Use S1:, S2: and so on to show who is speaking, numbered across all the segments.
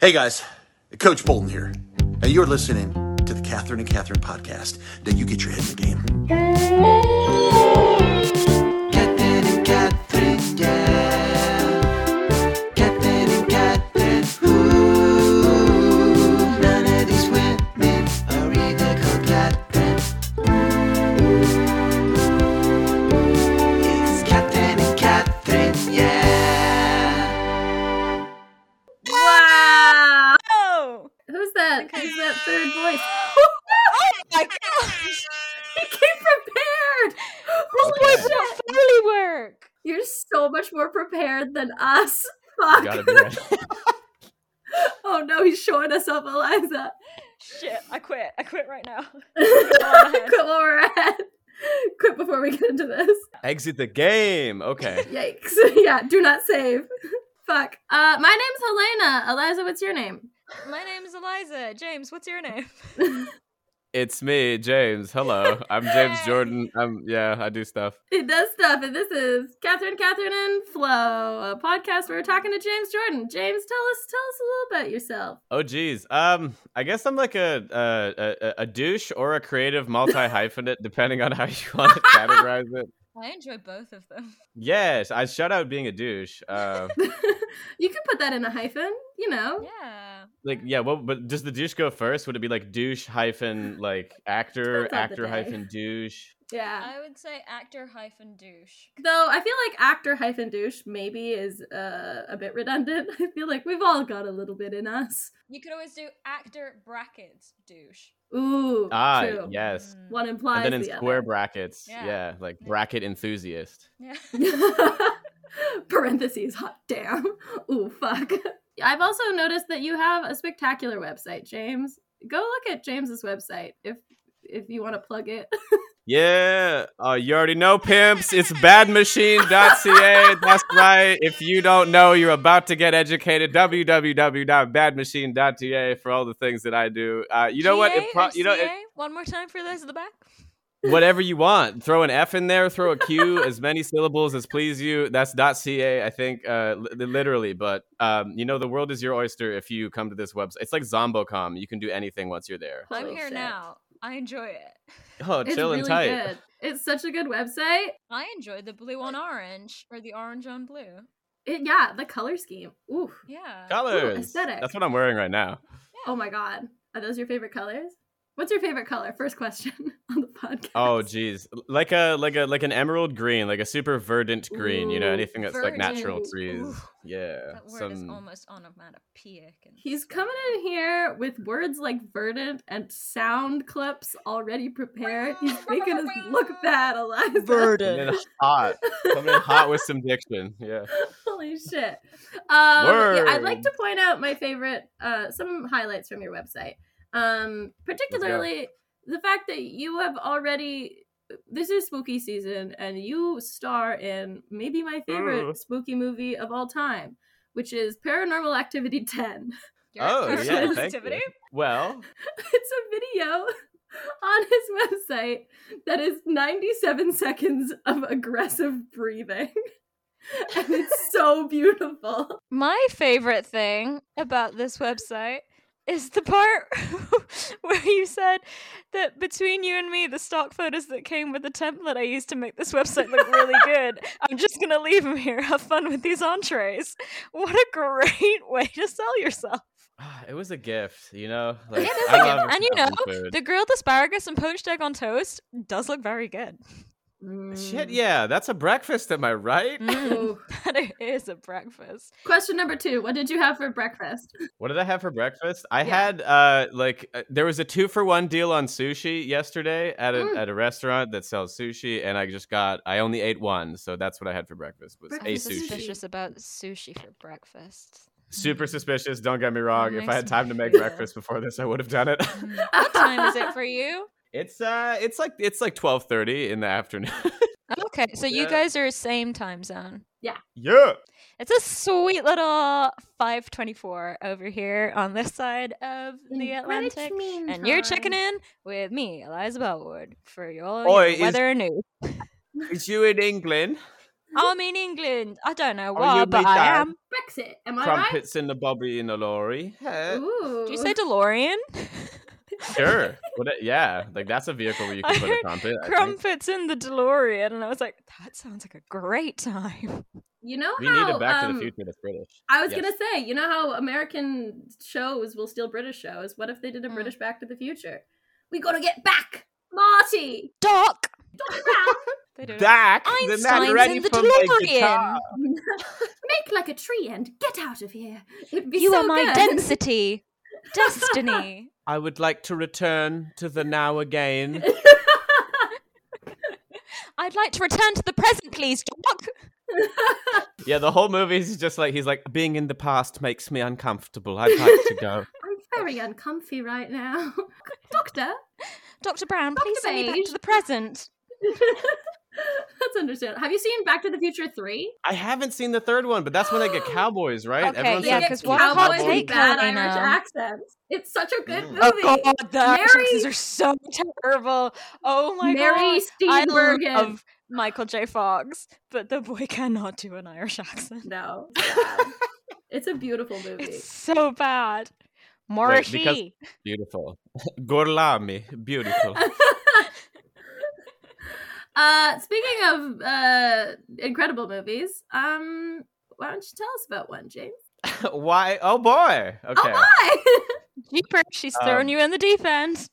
S1: Hey guys, Coach Bolton here, and you're listening to the Catherine and Catherine podcast. Now you get your head in the game.
S2: Captain and Catherine, yeah. Captain and Catherine, ooh. None of these women are either called Catherine. It's Captain and Catherine, yeah.
S3: Wow! Oh
S4: Who's that? Who's that third voice?
S3: my gosh!
S4: I came prepared.
S3: This boy put up Foley work.
S4: Oh You're so much more prepared than us. Fuck.
S5: gotta be ready.
S4: oh no, he's showing us up, Eliza.
S3: Shit! I quit. I quit right now. ahead.
S4: Quit while we're ahead. Quit before we get into this.
S5: Exit the game. Okay.
S4: Yikes. yeah, do not save. Fuck. Uh, my name's Helena. Eliza, what's your name?
S3: My name's Eliza. James, what's your name?
S5: It's me, James. Hello. I'm James Jordan. I'm yeah, I do stuff.
S4: It does stuff, and this is Catherine, Catherine, and Flo, a podcast where we're talking to James Jordan. James, tell us, tell us a little about yourself.
S5: Oh geez. Um I guess I'm like a a, a, a douche or a creative multi hyphenate, depending on how you want to categorize it.
S3: I enjoy both of them.
S5: Yes, I shout out being a douche. Uh,
S4: you could put that in a hyphen, you know.
S3: Yeah.
S5: like yeah, well but does the douche go first? Would it be like douche hyphen like actor,
S4: Depends on the
S5: actor
S4: day.
S5: hyphen douche?
S4: Yeah.
S3: I would say actor hyphen douche.
S4: Though I feel like actor hyphen douche maybe is uh, a bit redundant. I feel like we've all got a little bit in us.
S3: You could always do actor brackets douche.
S4: Ooh,
S5: Ah
S4: true.
S5: yes.
S3: Mm.
S4: One implies
S5: And then in
S4: the
S5: square brackets.
S3: Yeah.
S5: yeah, like bracket enthusiast.
S3: Yeah.
S4: other. Parentheses, hot damn. Ooh, fuck. I've also noticed that you have a spectacular website, James. Go look at James's website if if you want to plug it.
S5: Yeah, uh, you already know, pimps. It's badmachine.ca. That's right. If you don't know, you're about to get educated. www.badmachine.ca for all the things that I do. Uh, you know what? It pro- you know, it-
S3: One more time for those at the back.
S5: whatever you want. Throw an F in there. Throw a Q. as many syllables as please you. That's .ca. I think, uh, li- literally. But um, you know, the world is your oyster. If you come to this website, it's like Zombocom. You can do anything once you're there.
S4: Holy
S3: I'm here
S4: shit.
S3: now. I enjoy it.
S5: Oh,
S4: It's
S5: chill
S4: really
S5: and tight.
S4: good. It's such a good website.
S3: I enjoy the blue on orange or the orange on blue.
S4: It, yeah, the color scheme. Ooh.
S3: Yeah.
S5: Colors.
S4: aesthetic.
S5: That's what I'm wearing right now.
S4: Oh my god. Are those your favorite colors? What's your favorite color? First question on the podcast.
S5: Oh geez, like a like a like an emerald green, like a super verdant green. you know,
S4: Ooh,
S5: anything that's like natural
S3: verdant.
S5: trees.
S3: Oof.
S5: yeah,
S3: That word is
S5: some
S3: almost onomatopoeic. And
S4: He's coming in here with words like verdant and sound clips already prepared. He's making us look bad, Eliza.
S5: coming in hot, coming in hot with some diction. Yeah,
S4: Holy shit. Um, yeah, I'd like
S5: Word.
S4: to point out my favorite, uh, some highlights from your website. Um, particularly the fact that you have already, this is spooky season, and you star in maybe my favorite
S5: Mm.
S4: spooky movie of all time, which is Paranormal Activity 10.
S3: You're at
S5: Oh,
S3: Paranormal
S4: yeah, thank
S3: Activity?
S5: well,
S4: it's a video on his website that is 97 seconds of aggressive breathing. and it's so beautiful.
S3: My favorite thing about this website is the part where you said that between you and me, the stock photos that came with the template I used to make this website look really good. I'm just gonna leave them here. Have fun with these entrees. What a great way to sell yourself.
S5: ah, it was a gift. You know, like,
S3: it is
S5: I
S3: a
S5: love
S3: gift. And you know,
S5: Italian food.
S3: the grilled asparagus and poached egg on toast does look very good. Mm.
S5: shit. Yeah, that's a breakfast. Am I right?
S4: Ooh.
S3: that is a breakfast.
S4: Question number two What did you have for breakfast?
S5: What did I have for breakfast? I
S4: Yeah.
S5: had uh like uh, there was a 2 for 1 deal on sushi yesterday at a
S4: Mm.
S5: at a restaurant that sells sushi and I just got I only ate one, so that's what I had for breakfast was
S4: Breakfast
S5: a
S4: Hey,
S3: I'm
S4: is sushi.
S5: sushi.
S3: suspicious about sushi for breakfast.
S5: Super suspicious, don't get me wrong. If I
S3: makes
S5: had
S3: me
S5: time to make
S3: feel-
S5: breakfast before this, I would have done it.
S3: what time is it for you?
S5: it's uh it's like it's like 12:30 in the afternoon.
S3: Okay, so you
S5: Yeah.
S3: guys are same time zone.
S5: yeah.
S3: It's a sweet little 524 over here on this side of the Atlantic. And you're checking in with me, Eliza Bellwood, for your,
S5: Oi,
S3: your
S5: is-
S3: weather news.
S5: Is you in England?
S3: I'm in England. I don't know
S5: Are
S3: why,
S5: you
S3: but
S5: with
S3: I
S5: that?
S3: am.
S4: Brexit. Am I right?
S5: Crumpets in the bobby in the lorry. Hey.
S4: Ooh.
S3: Do you say DeLorean?
S5: Sure. What a- yeah, like that's a vehicle where you can
S3: I
S5: put a
S3: heard
S5: crumpet. I think.
S3: Crumpets in the DeLorean, and I was like, that sounds like a great time.
S4: You know
S5: We
S4: how
S5: need a Back to
S4: um,
S5: the Future that's British.
S4: I was
S5: Yes.
S4: gonna say, you know how American shows will steal British shows. What if they did a
S3: Mm.
S4: British Back to the Future? We gotta get back, Marty.
S3: Doc.
S4: Doc Brown,
S3: They do.
S5: Back.
S3: Einstein's
S5: they're not ready
S3: in the
S5: for my
S3: DeLorean.
S5: guitar.
S4: make like a tree and get out of here. It'd be
S3: You
S4: so
S3: are my
S4: good.
S3: density, destiny.
S5: I would like to return to the now again.
S3: I'd like to return to the present, please, Doc.
S5: yeah, the whole movie is just like he's like being in the past makes me uncomfortable. I'd like to go.
S4: I'm very uncomfy right now, Doctor.
S3: Doctor Brown,
S4: Dr.
S3: please send me back
S4: Beige.
S3: to the present.
S4: That's understandable. Have you seen Back to the Future three?
S5: I haven't seen the third one, but that's when they get cowboys, right?
S3: Okay,
S5: Everyone
S3: Oh, yeah,
S5: says
S3: 'cause
S5: it's
S3: what
S5: a
S3: hot
S4: cowboys
S5: cowboy
S4: with
S3: take
S4: bad
S3: currently
S4: Irish
S3: now?
S4: accents. It's such a good
S1: Mm.
S4: movie.
S3: Oh God, the Irish
S4: Mary-
S3: accents are so terrible. Oh my
S4: Mary
S3: God. I
S4: Steenburgen.
S3: love Michael J. Fox, but the boy cannot do an Irish accent.
S4: No, it's bad. it's a beautiful movie.
S3: It's so bad.
S5: Wait,
S3: Morrissey.
S5: because- Beautiful. Gorlami. Beautiful.
S4: uh, speaking of uh, incredible movies, um, why don't you tell us about one, James?
S5: Why? Oh boy. Okay.
S4: Hi.
S3: Jeepers, she's thrown
S5: Um,
S3: you in the deep end.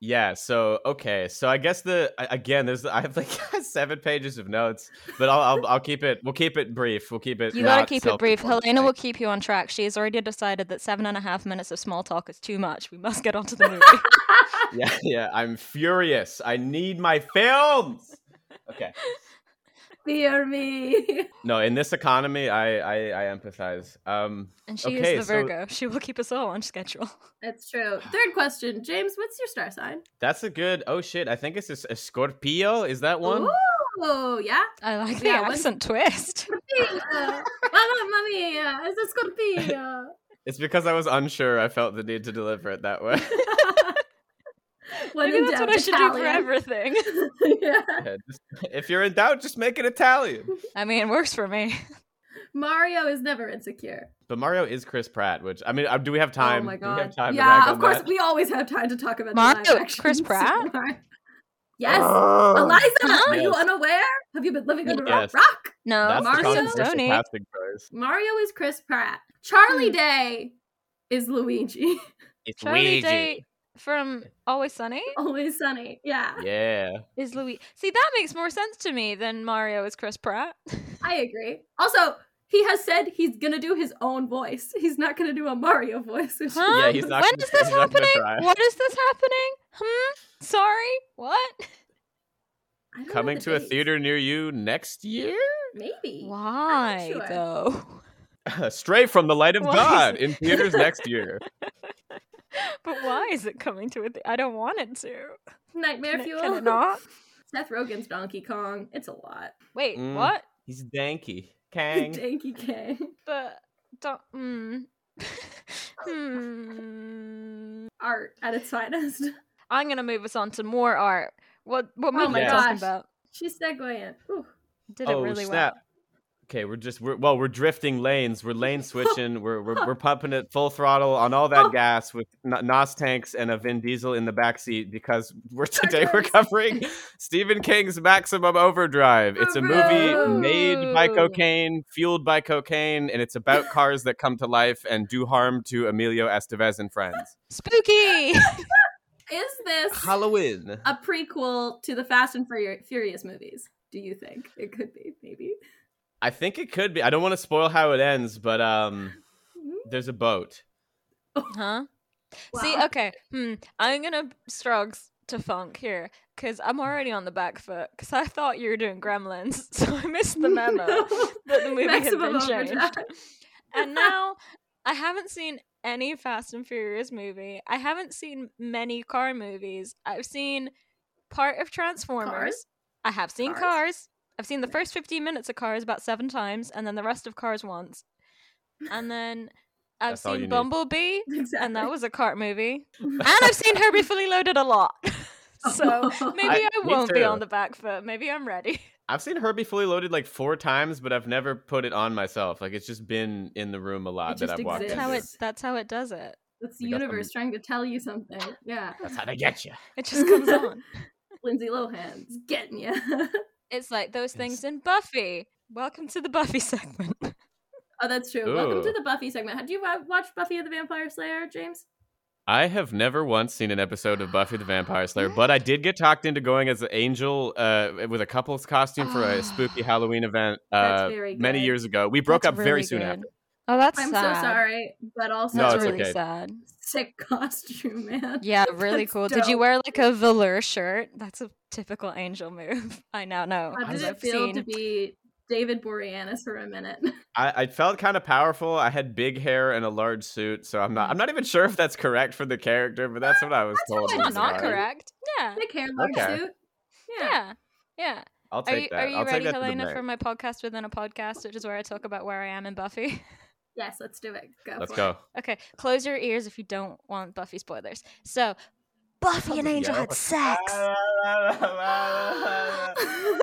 S5: Yeah. So okay. So I guess the I- again, there's I have like seven pages of notes, but I'll I'll, I'll keep it. We'll keep it brief. We'll keep it.
S3: You gotta
S5: not
S3: keep it brief.
S5: self-important.
S3: Helena will keep you on track. She has already decided that seven and a half minutes of small talk is too much. We must get on to the movie.
S5: Yeah. Yeah. I'm furious. I need my films. Okay.
S4: Fear me.
S5: No, in this economy, I I, I empathize. Um.
S3: and she
S5: Okay,
S3: is the
S5: so-
S3: Virgo. She will keep us all on schedule.
S4: That's true. Third question, James. What's your star sign?
S5: That's a good. Oh shit! I think it's a, a Scorpio. Is that one?
S4: Ooh, Oh, yeah.
S3: I like the
S4: Yeah, what's-
S3: accent twist.
S4: Scorpio. Mamma mia, it's a Scorpio.
S5: It's because I was unsure. I felt the need to deliver it that way.
S4: When
S3: Maybe
S4: in
S3: that's
S4: doubt,
S3: what I should do for
S4: Italian.
S3: everything.
S4: yeah.
S5: Yeah, just- if you're in doubt, just make it Italian.
S3: I mean, it works for me.
S4: Mario is never insecure.
S5: But Mario is Chris Pratt, which I mean, uh, do we have time?
S4: Oh my
S5: Do we
S4: god!
S5: have time to rag
S4: yeah,
S5: on
S4: of course.
S5: that?
S4: We always have time to talk about
S3: Mario,
S4: the live actions.
S3: Chris Pratt?
S4: yes, Eliza. Are you
S5: Oh, Yes.
S4: unaware? Have you been living under
S5: Yes.
S4: a rock?
S3: No,
S5: That's
S4: Mario?
S3: Mario
S5: the controversial
S3: Stoney.
S5: casting choice.
S4: Mario is Chris Pratt. Charlie
S5: Hmm.
S4: Day is Luigi.
S5: It's
S3: Charlie Day from Always Sunny
S4: Always Sunny. Yeah,
S5: Yeah.
S3: is Louis. See, that makes more sense to me than Mario is Chris Pratt.
S4: I agree. Also, he has said he's gonna do his own voice. He's not gonna do a Mario voice. which-
S3: Huh?
S5: Yeah, he's not
S3: when
S5: gonna-
S3: is this
S5: he's not gonna
S3: happening?
S5: try.
S3: What is this happening? Hmm? Sorry? What?
S4: I don't know
S5: Coming
S4: the
S5: to a
S4: dates.
S5: theater near you next year?
S4: Maybe.
S3: Why,
S4: sure.
S3: though?
S5: Stray from the light of
S3: Why is
S5: God
S3: it-
S5: in theaters next year.
S3: But why is it coming to a th- I don't want it to.
S4: Nightmare
S3: Can it,
S4: fuel.
S3: can it not?
S4: Seth Rogen's Donkey Kong. It's a lot.
S3: Wait,
S5: Mm.
S3: what?
S5: He's danky.
S4: Danky Kang.
S3: But don't. Mm. hmm.
S4: Art at its finest.
S3: I'm gonna move us on to more art. What what
S4: Oh
S3: movie
S5: my
S3: are you talking
S4: gosh.
S3: about?
S4: She's segueing. Ooh.
S3: Did
S5: oh
S3: it really well.
S5: snap.
S3: Oh.
S5: Okay, we're just we're well, we're drifting lanes. We're lane switching. we're, we're we're pumping it full throttle on all that gas with N- Nos tanks and a Vin Diesel in the backseat because we're today we're
S4: Chargers.
S5: covering Stephen King's Maximum Overdrive. It's a movie made by
S3: Ooh.
S5: cocaine, fueled by cocaine, and it's about cars that come to life and do harm to Emilio Estevez and friends.
S3: Spooky.
S4: Is this
S5: Halloween.
S4: a prequel to the Fast and Fur- Furious movies? Do you think it could be? Maybe.
S5: I think it could be. I don't want to spoil how it ends, but um,
S4: Mm-hmm.
S5: there's a boat.
S3: Huh? See,
S4: Wow.
S3: okay. Hmm. I'm gonna struggle to funk here because I'm already on the back foot because I thought you were doing Gremlins, so I missed the memo
S4: No.
S3: that the movie had
S4: Maximum
S3: been changed.
S4: overdrive.
S3: and now I haven't seen any Fast and Furious movie. I haven't seen many car movies. I've seen part of Transformers. I have seen
S4: Cars.
S3: cars. I've seen the first 15 minutes of Cars about seven times, and then the rest of Cars once. And then I've
S5: That's all
S3: seen
S5: you need.
S3: Bumblebee,
S4: Exactly.
S3: and that was a cart movie. and I've seen Herbie Fully Loaded a lot. so maybe I,
S5: I- me
S3: won't be
S5: too.
S3: on the back foot. Maybe I'm ready.
S5: I've seen Herbie Fully Loaded like four times, but I've never put it on myself. Like it's just been in the room a lot
S4: It
S5: that
S4: just
S5: I've walked
S3: That's
S4: exists.
S5: into.
S3: how it. That's how it does it.
S4: That's the
S5: I got them.
S4: universe trying to tell you something. Yeah.
S5: That's how they get you.
S3: It just comes on.
S4: Lindsay Lohan's getting you.
S3: It's like those
S5: Yes.
S3: things in Buffy. Welcome to the Buffy segment.
S4: oh, that's true. Welcome to
S5: Ooh.
S4: the Buffy segment. Have you wa- watched Buffy the Vampire Slayer, James?
S5: I have never once seen an episode of Buffy the Vampire Slayer, but I did get talked into going as an angel uh, with a couple's costume for a spooky Halloween event
S4: Ah. That's
S5: uh,
S4: very
S5: many
S4: good.
S5: years ago. We broke
S3: That's
S5: up very
S3: really
S5: soon
S3: good.
S5: after.
S3: Oh, that's
S4: I'm
S3: sad.
S4: so sorry, but also
S5: No,
S3: That's
S5: it's
S3: really
S5: okay.
S3: sad.
S4: sick costume, man.
S3: Yeah, really
S4: That's
S3: cool. Did you
S4: dope.
S3: wear like a velour shirt? That's a typical angel move. I now know.
S4: How did
S3: as
S4: it
S3: I've
S4: feel
S3: seen.
S4: to be David Boreanaz for a minute?
S5: I, I felt kind of powerful. I had big hair and a large suit, so I'm not.
S3: Mm-hmm.
S5: I'm not even sure if that's correct for the character, but that's what I was told.
S3: It's
S5: at
S4: really
S5: the
S3: not not
S5: time.
S3: correct. Yeah.
S4: Thick hair, large
S5: Okay.
S4: suit. Yeah.
S3: Yeah. Yeah.
S5: I'll
S3: Are you,
S5: take that.
S3: are you
S5: I'll
S3: ready,
S5: take that to the
S3: Helena,
S5: bank.
S3: for my podcast within a podcast, which is where I talk about where I am in Buffy?
S4: Yes, let's do it. Go.
S5: Let's
S4: for
S5: go.
S3: Okay, close your ears if you don't want Buffy spoilers. So, Buffy and Angel had sex.
S4: it.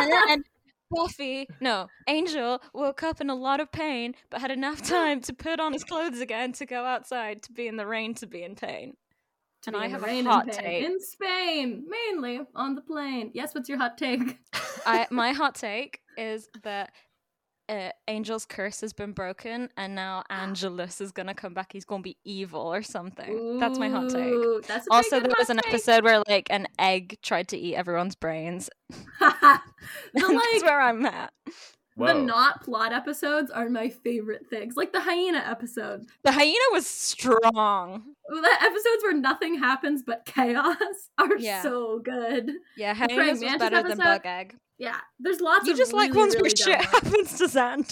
S3: and then Buffy, no, Angel woke up in a lot of pain, but had enough time to put on his clothes again to go outside to be in the rain to be in pain. And I
S4: Being
S3: have
S4: rain
S3: a
S4: and
S3: hot
S4: pain.
S3: take.
S4: In Spain, mainly on the plane. Yes, what's your hot take?
S3: I, my hot take is that uh, Angel's curse has been broken, and now Angelus is gonna come back. He's gonna be evil or something. That's my hot take.
S4: Ooh, That's a pretty
S3: Also,
S4: good
S3: there was
S4: hot
S3: an
S4: take.
S3: episode where like an egg tried to eat everyone's brains.
S4: the
S3: That's
S4: like
S3: where I'm at.
S5: Whoa.
S4: the not plot episodes are my favorite things. Like the hyena episode.
S3: The hyena was strong.
S4: Well, The episodes where nothing happens but chaos are
S3: Yeah.
S4: so good.
S3: Yeah,
S4: The
S3: hyenas was
S4: Praying Mantis
S3: better than
S4: episode?
S3: bug egg.
S4: Yeah, there's lots.
S3: You
S4: of
S3: just like
S4: really,
S3: ones
S4: really
S3: where shit
S4: dumb ones.
S3: happens to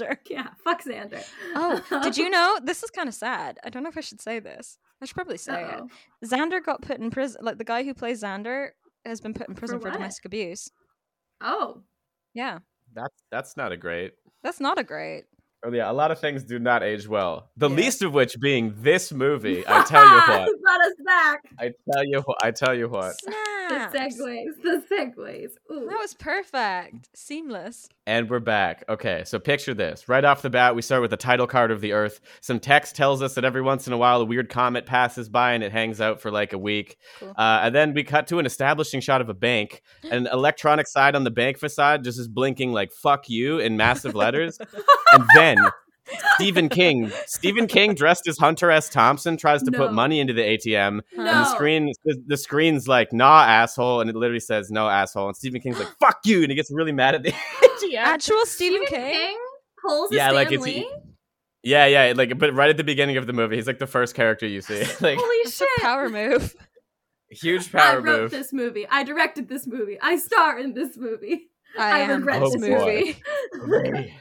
S3: Xander.
S4: Yeah, fuck Xander.
S3: Oh, did you know? This is kind of sad. I don't know if I should say this. I should probably say
S4: Uh-oh.
S3: it. Xander got put in prison. Like the guy who plays Xander has been put in prison for,
S4: what?
S3: domestic abuse.
S4: Oh,
S3: Yeah,
S5: That's that's not a great.
S3: that's not a great.
S5: Oh yeah, a lot of things do not age well. The
S3: Yeah.
S5: least of which being this movie. I tell you what.
S4: He brought us back.
S5: I tell you what. I tell you what.
S3: Snaps.
S4: The segues. The segues. Ooh.
S3: That was perfect. Seamless.
S5: And we're back. Okay, so picture this. Right off the bat, we start with the title card of the Earth. Some text tells us that every once in a while, a weird comet passes by and it hangs out for like a week.
S3: Cool.
S5: Uh, and then we cut to an establishing shot of a bank. An electronic sign on the bank facade just is blinking like "fuck you" in massive letters. and then Stephen King, Stephen King dressed as Hunter S. Thompson, tries to
S4: No.
S5: put money into the ATM.
S3: No.
S5: And the screen, the, the screen's like "nah, asshole," and it literally says "no, asshole." And Stephen King's like "fuck you," and he gets really mad at the ATM.
S3: Actual
S4: Stephen
S3: Stephen, King.
S4: King pulls
S5: Yeah,
S4: a Stan
S5: like, it's-
S4: Lee?
S5: Yeah, yeah, like but right at the beginning of the movie, he's like the first character you see. Like
S4: Holy
S3: It's
S4: shit!
S3: a power move.
S5: huge
S4: I
S5: power
S4: wrote
S5: move.
S4: this movie. I directed this movie. I star in this movie.
S3: I, am
S4: regret
S5: Oh,
S4: this
S3: this
S5: boy.
S3: movie.
S4: movie.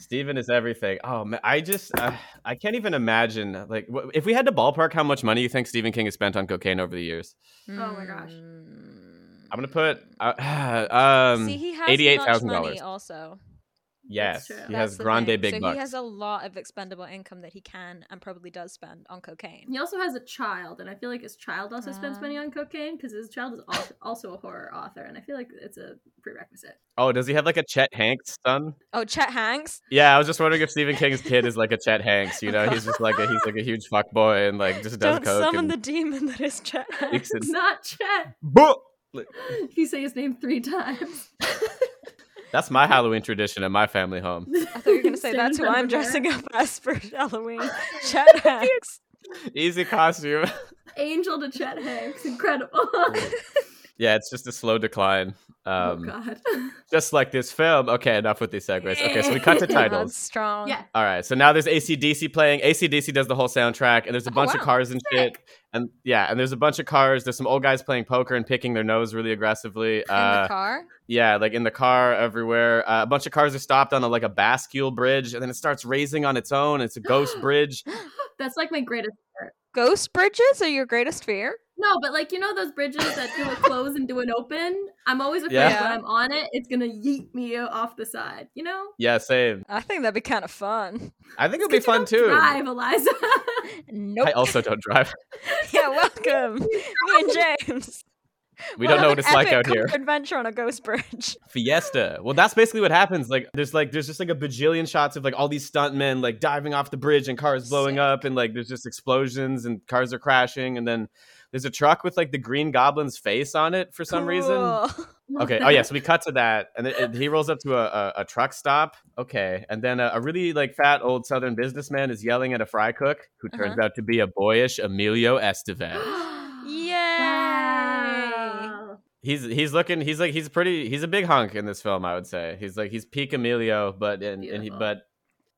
S5: Steven is everything. Oh man, I just uh, I can't even imagine like wh- if we had to ballpark how much money you think Stephen King has spent on cocaine over the years.
S3: Hmm.
S4: Oh my gosh.
S5: I'm going to put uh, um
S3: See, he has much
S5: $88,000.
S3: money also.
S4: That's
S5: yes,
S4: true.
S5: he
S3: That's
S5: has
S3: the
S5: grande
S3: thing.
S5: big
S3: so
S5: bucks.
S3: he has a lot of expendable income that he can and probably does spend on cocaine.
S4: He also has a child, and I feel like his child also spends money on cocaine because his child is al- also a horror author, and I feel like it's a prerequisite.
S5: oh, does he have like a Chet Hanks son?
S3: Oh, Chet Hanks.
S5: Yeah, I was just wondering if Stephen King's kid is like a Chet Hanks, you know, he's just like a, he's like a huge fuck boy and like just does
S3: Don't
S5: coke
S3: summon
S5: and
S3: the demon that is Chet Hanks.
S5: eats it.
S4: It's not Chet.
S5: Boo!
S4: If you say his name three times,
S5: That's my Halloween tradition at my family home.
S3: I thought you were going to say
S4: Stand
S3: that's who
S4: in front
S3: I'm
S4: of a mirror.
S3: dressing up as for Halloween. Chet Hanks.
S5: Easy costume.
S4: Angel to Chet Hanks, incredible.
S5: yeah, it's just a slow decline.
S4: oh
S5: Um,
S4: God.
S5: just like this film. Okay, enough with these segues. Okay, so we cut to
S4: Yeah,
S3: That's
S5: titles.
S3: strong.
S4: Yeah.
S5: All right, so now there's ACDC playing. ACDC does the whole soundtrack, and there's a
S4: Oh,
S5: bunch of
S4: wow.
S5: cars and shit.
S4: Sick.
S5: And yeah, and there's a bunch of cars. There's some old guys playing poker and picking their nose really aggressively.
S3: In
S5: Uh,
S3: the car.
S5: yeah, like in the car everywhere. Uh, a bunch of cars are stopped on a, like a bascule bridge, and then it starts raising on its own. It's a ghost bridge.
S4: That's like my greatest.
S3: Ghost bridges are your greatest fear?
S4: No, but like you know those bridges that do a close and do an open. I'm always afraid
S5: Yeah.
S4: when I'm on it, it's gonna yeet me off the side. You know.
S5: Yeah, same.
S3: I think that'd be kind of fun.
S5: I think
S4: It's
S5: it'll be
S4: good you
S5: fun
S4: don't
S5: too.
S4: Drive, Eliza.
S3: Nope.
S5: I also don't drive.
S3: yeah, welcome. Me and James.
S5: We
S3: We'll
S5: don't know
S3: have
S5: what
S3: an
S5: it's like
S3: epic
S5: out here.
S3: cool Adventure on a ghost bridge.
S5: Fiesta. Well, that's basically what happens. Like, there's like, there's just like a bajillion shots of like all these stuntmen like diving off the bridge and cars blowing up and like there's just explosions and cars are crashing and then there's a truck with like the Green Goblin's face on it for some reason.
S3: Cool.
S5: Okay. Oh yeah. So we cut to that, and it, it- he rolls up to a, a, a truck stop. Okay, and then a, a really like fat old Southern businessman is yelling at a fry cook, who turns out to be a boyish Emilio Estevez.
S3: Yay!
S4: Wow.
S5: He's he's looking. He's like he's pretty. He's a big hunk in this film. I would say he's like he's peak Emilio, but and, and he,
S4: Beautiful.
S5: but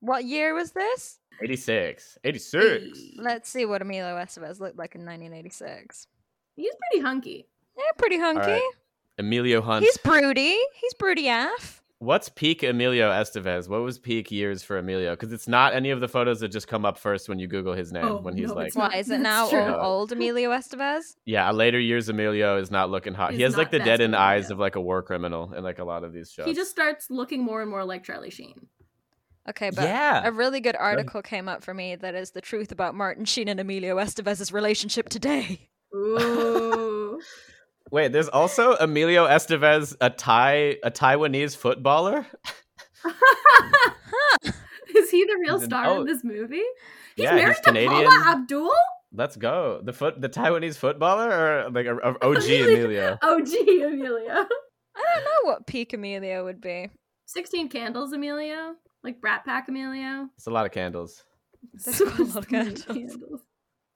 S3: What year was this?
S5: 86, 86.
S3: Let's see what Emilio Estevez looked like in 1986.
S4: He's pretty hunky.
S3: Yeah, pretty hunky.
S5: right. Emilio Hunt.
S3: He's broody. He's broody af.
S5: What's peak Emilio Estevez? What was peak years for Emilio? Because it's not any of the photos that just come up first when you Google his name.
S4: Oh,
S5: when he's
S4: no,
S5: like,
S4: it's not.
S3: Why is it
S4: That's
S3: now
S4: true.
S3: old, old Emilio Estevez?
S5: yeah, later years Emilio is not looking hot. he
S4: He's
S5: has like
S4: not
S5: the
S4: that
S5: dead in
S4: Emilio.
S5: eyes of like a war criminal in like a lot of these shows.
S4: He just starts looking more and more like Charlie Sheen.
S3: Okay, but
S5: Yeah.
S3: a really good article came up for me that is the truth about Martin Sheen and Emilio Estevez's relationship today.
S4: Ooh.
S5: wait. There's also Emilio Estevez, a Thai, a Taiwanese footballer.
S4: Is he the real
S5: He's an-
S4: star
S5: oh.
S4: in this movie? He's
S5: Yeah,
S4: married
S5: he's
S4: to
S5: Canadian.
S4: Paula Abdul?
S5: Let's go. The foot, the Taiwanese footballer, or like a, a- OG
S4: Emilio.
S5: Emilio.
S4: Oh, gee, Amelia.
S3: I don't know what peak Emilio would be.
S4: 16 Candles, Emilio. Like Brat Pack, Emilio.
S5: It's a lot of candles.
S3: There's
S4: So
S3: a lot of
S4: many
S3: candles.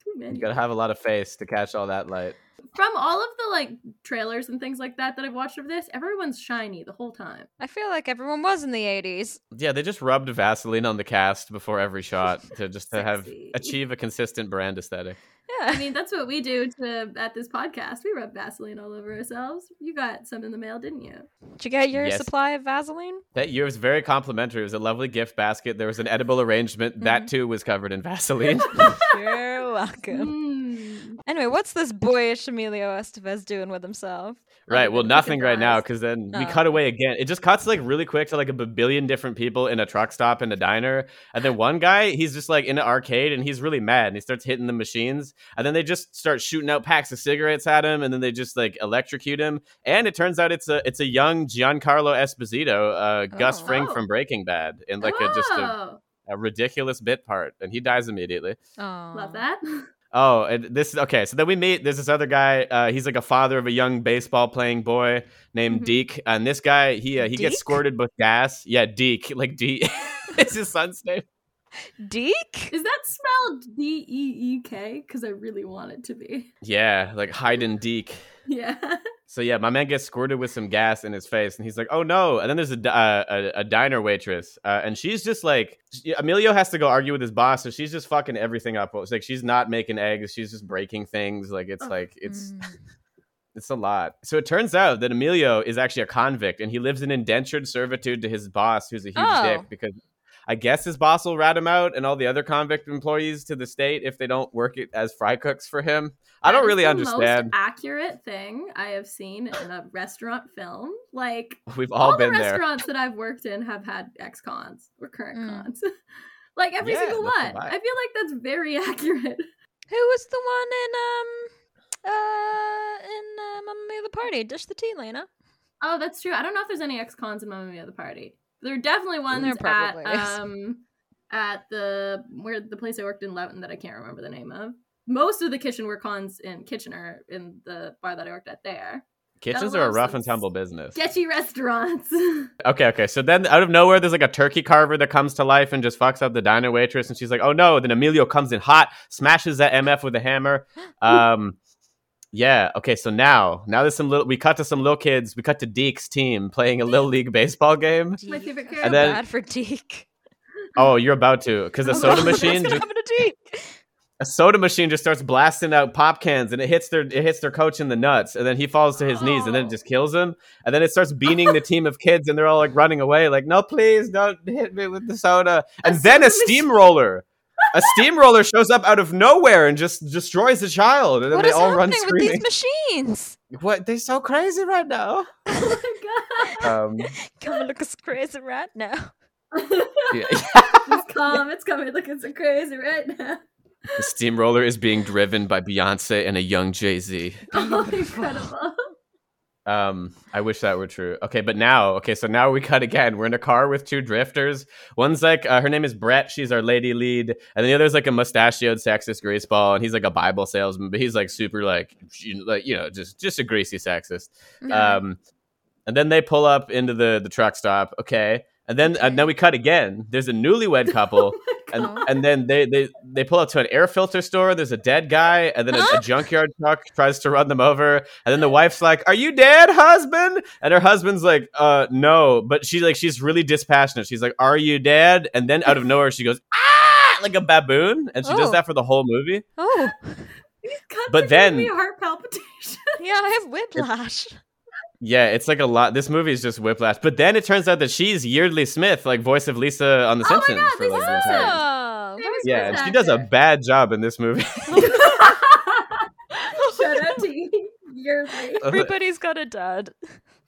S4: Too many.
S5: You gotta have a lot of face to catch all that light.
S4: From all of the like trailers and things like that that I've watched of this, everyone's shiny the whole time.
S3: I feel like everyone was in the 80s.
S5: Yeah, they just rubbed Vaseline on the cast before every shot to just to have
S4: Sexy.
S5: achieve a consistent brand aesthetic.
S3: Yeah.
S4: I mean, that's what we do to at this podcast. We rub Vaseline all over ourselves. You got some in the mail, didn't you?
S3: Did you get your
S5: Yes.
S3: supply of Vaseline?
S5: That year was very complimentary. It was a lovely gift basket. There was an edible arrangement that too was covered in Vaseline.
S3: You're welcome.
S4: Mm.
S3: Anyway, what's this boyish Emilio Estevez doing with himself?
S5: right.
S4: Other
S5: Well,
S4: than Oh.
S5: nothing
S4: freaking
S5: right now
S4: eyes.
S5: because then we
S3: No.
S5: cut away again. It just cuts like really quick to like a billion different people in a truck stop and a diner, and then one guy he's just like in an arcade and he's really mad and he starts hitting the machines, and then they just start shooting out packs of cigarettes at him, and then they just like electrocute him. And it turns out it's a it's a young Giancarlo Esposito, uh, Gus
S3: Oh.
S5: Fring
S4: Oh.
S5: from Breaking Bad, in like a just a,
S4: Oh,
S5: a ridiculous bit part, and he dies immediately.
S3: Oh,
S4: love that.
S5: Oh, and this is okay. So then we meet. There's this other guy. Uh, he's like a father of a young baseball playing boy named
S4: Mhm.
S5: Deke. And this guy, he uh, he
S3: Deke?
S5: gets squirted with gas. Yeah, Deke, like Deke. it's his son's name.
S3: Deke?
S4: Is that spelled D E E K? Because I really want it to be.
S5: Yeah, like Hayden Deke.
S4: Yeah.
S5: So yeah, my man gets squirted with some gas in his face, and he's like, "Oh no!" And then there's a di- uh, a, a diner waitress, uh, and she's just like, she- Emilio has to go argue with his boss, so she's just fucking everything up. It's like she's not making eggs, she's just breaking things. Like it's
S4: Ugh.
S5: like it's
S3: Mm.
S5: It's a lot. So it turns out that Emilio is actually a convict and he lives in indentured servitude to his boss, who's a huge
S3: Oh.
S5: dick, because I guess his boss will rat him out and all the other convict employees to the state if they don't work it as fry cooks for him. I
S4: That
S5: don't
S4: is
S5: really
S4: the
S5: understand.
S4: Most accurate thing I have seen in a restaurant film. Like
S5: We've
S4: all,
S5: all,
S4: the
S5: been there.
S4: restaurants that I've worked in have had ex cons or current
S3: Mm.
S4: cons. like every
S5: Yeah,
S4: single one.
S5: that's a lot.
S4: I feel like that's very accurate.
S3: Who was the one in, um, uh, in uh, Mamma Mia the Party? Dish the tea, Lena.
S4: Oh, that's true. I don't know if there's any ex cons in Mamma Mia the Party. There are definitely ones
S3: There probably is.
S4: at um at the where the place I worked in Lewton that I can't remember the name of. Most of the kitchen were cons in Kitchener in the bar that I worked at there.
S5: Kitchens
S4: That
S5: are a
S4: was
S5: rough
S4: some
S5: and tumble business.
S4: Sketchy restaurants.
S5: Okay, okay. So then out of nowhere, there's like a turkey carver that comes to life and just fucks up the diner waitress. And she's like, oh no. Then Emilio comes in hot, smashes that MF with a hammer. Um, yeah. Okay. So now, now there's some little, we cut to some little kids. We cut to Deke's team playing a little league baseball game.
S4: My favorite
S3: Deke. I
S4: character.
S3: feel
S5: And then-
S3: bad for Deke.
S5: Oh, you're about to. Because a
S4: Oh,
S5: soda
S4: no.
S5: machine,
S3: What's
S5: just,
S3: happened to Deke?
S5: a soda machine just starts blasting out pop cans and it hits their, it hits their coach in the nuts. And then he falls to his knees and then it
S4: Oh.
S5: just kills him. And then it starts beating the team of kids and they're all like running away, like, no, please don't hit me with the soda. And then a
S4: soda machine.
S5: steamroller. A steamroller shows up out of nowhere and just destroys the child, and then
S3: What
S5: they
S3: is
S5: all run
S3: happening with
S5: screaming.
S3: these machines?
S5: what? They're so crazy right now.
S4: oh my god.
S5: Um,
S3: Come and look as crazy right now.
S4: Oh
S5: yeah.
S4: it's calm. It's coming. Look, it's crazy right now.
S5: the steamroller is being driven by Beyonce and a young Jay Z.
S4: Oh, incredible.
S5: Um, I wish that were true. Okay, but now, okay, so now we cut again. We're in a car with two drifters. One's like, uh, her name is Brett. She's our lady lead, and the other's like a mustachioed sexist greaseball, and he's like a Bible salesman, but he's like super like, you- like you know, just just a greasy sexist. Um, and then they pull up into the the truck stop. Okay, and then and then we cut again. There's a newlywed couple, and and then they they they pull up to an air filter store. There's a dead guy, and then a, a junkyard truck tries to run them over. And then the wife's like, "Are you dead, husband?" And her husband's like, "Uh, no." But she's like, she's really dispassionate. She's like, "Are you dead?" And then out of nowhere, she goes, "Ah!" Like a baboon, and she
S3: Oh.
S5: does that for the whole movie.
S3: Oh,
S4: Cuts
S5: But
S4: are giving
S5: then-
S4: me heart palpitation.
S3: yeah, I have whiplash.
S5: Yeah, it's like a lot. This movie is just whiplash. But then it turns out that she's Yeardley Smith, like voice of Lisa on The
S4: Oh my
S5: Simpsons.
S4: God,
S5: for, like,
S4: Lisa
S5: the entire-
S4: Simpson.
S3: Oh,
S4: Famous
S5: yeah,
S4: voice
S5: and she does a
S4: actor.
S5: bad job in this movie.
S4: Shout out to your
S3: Oh, everybody's got a dad.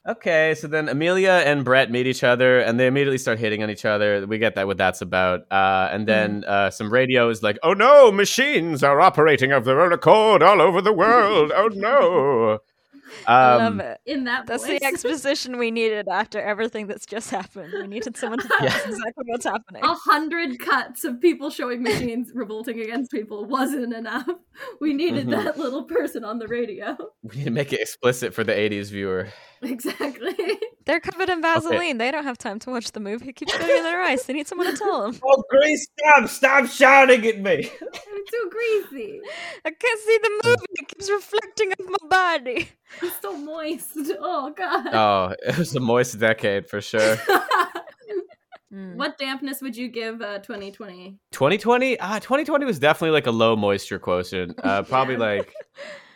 S5: Okay, so then Amelia and Brett meet each other, and they immediately start hitting on each other. We get that what that's about. Uh, and then uh, some radio is like, "Oh no, machines are operating of their own accord all over the world. Oh no!"
S3: I
S5: Um,
S3: love it.
S4: in that
S3: That's
S4: voice.
S3: the exposition we needed after everything that's just happened. We needed someone to tell
S5: Yeah.
S3: us exactly what's happening.
S4: a hundred cuts of people showing machines revolting against people wasn't enough. We needed
S5: Mhm.
S4: that little person on the radio.
S5: We need to make it explicit for the '80s viewer.
S4: Exactly.
S3: They're covered in Vaseline. They don't have time to watch the movie. It keeps going in their eyes. They need someone to tell them.
S5: Oh, Grace, stop! Stop shouting at me.
S4: I'm too greasy.
S3: I can't see the movie. It keeps reflecting off my body.
S4: It's so moist. Oh god.
S5: Oh, it was a moist decade for sure. Uh,
S4: what dampness would you give uh, 2020?
S5: 2020 ah 2020 was definitely like a low moisture quotient uh probably like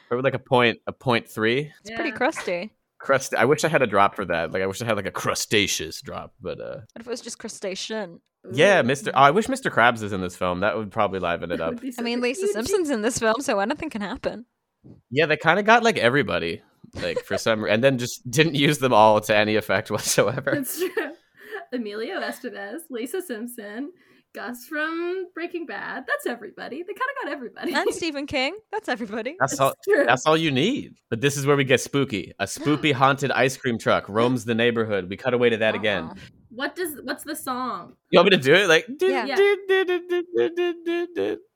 S5: probably like a point a point three
S3: It's pretty crusty.
S5: crust i wish i had a drop for that like i wish i had like a crustaceous drop but uh
S3: What if it was just crustacean?
S5: yeah
S4: Mm.
S5: mr oh, i wish mr krabs is in this film that would probably liven it up
S3: I mean, Lisa Simpson's in this film, so anything can happen.
S5: yeah they kind of got like everybody like for some and then just didn't use them all to any effect whatsoever
S4: That's true. Emilio Estevez, Lisa Simpson, Gus from Breaking Bad. That's everybody. They kind of got everybody.
S3: And Stephen King. That's everybody.
S5: that's all
S4: true.
S5: That's all you need. But this is where we get spooky. A spoopy haunted ice cream truck roams the neighborhood. We cut away to that again.
S3: Wow.
S4: What does what's the song?
S5: You want me to do it? Like
S3: Yeah.
S4: Yeah.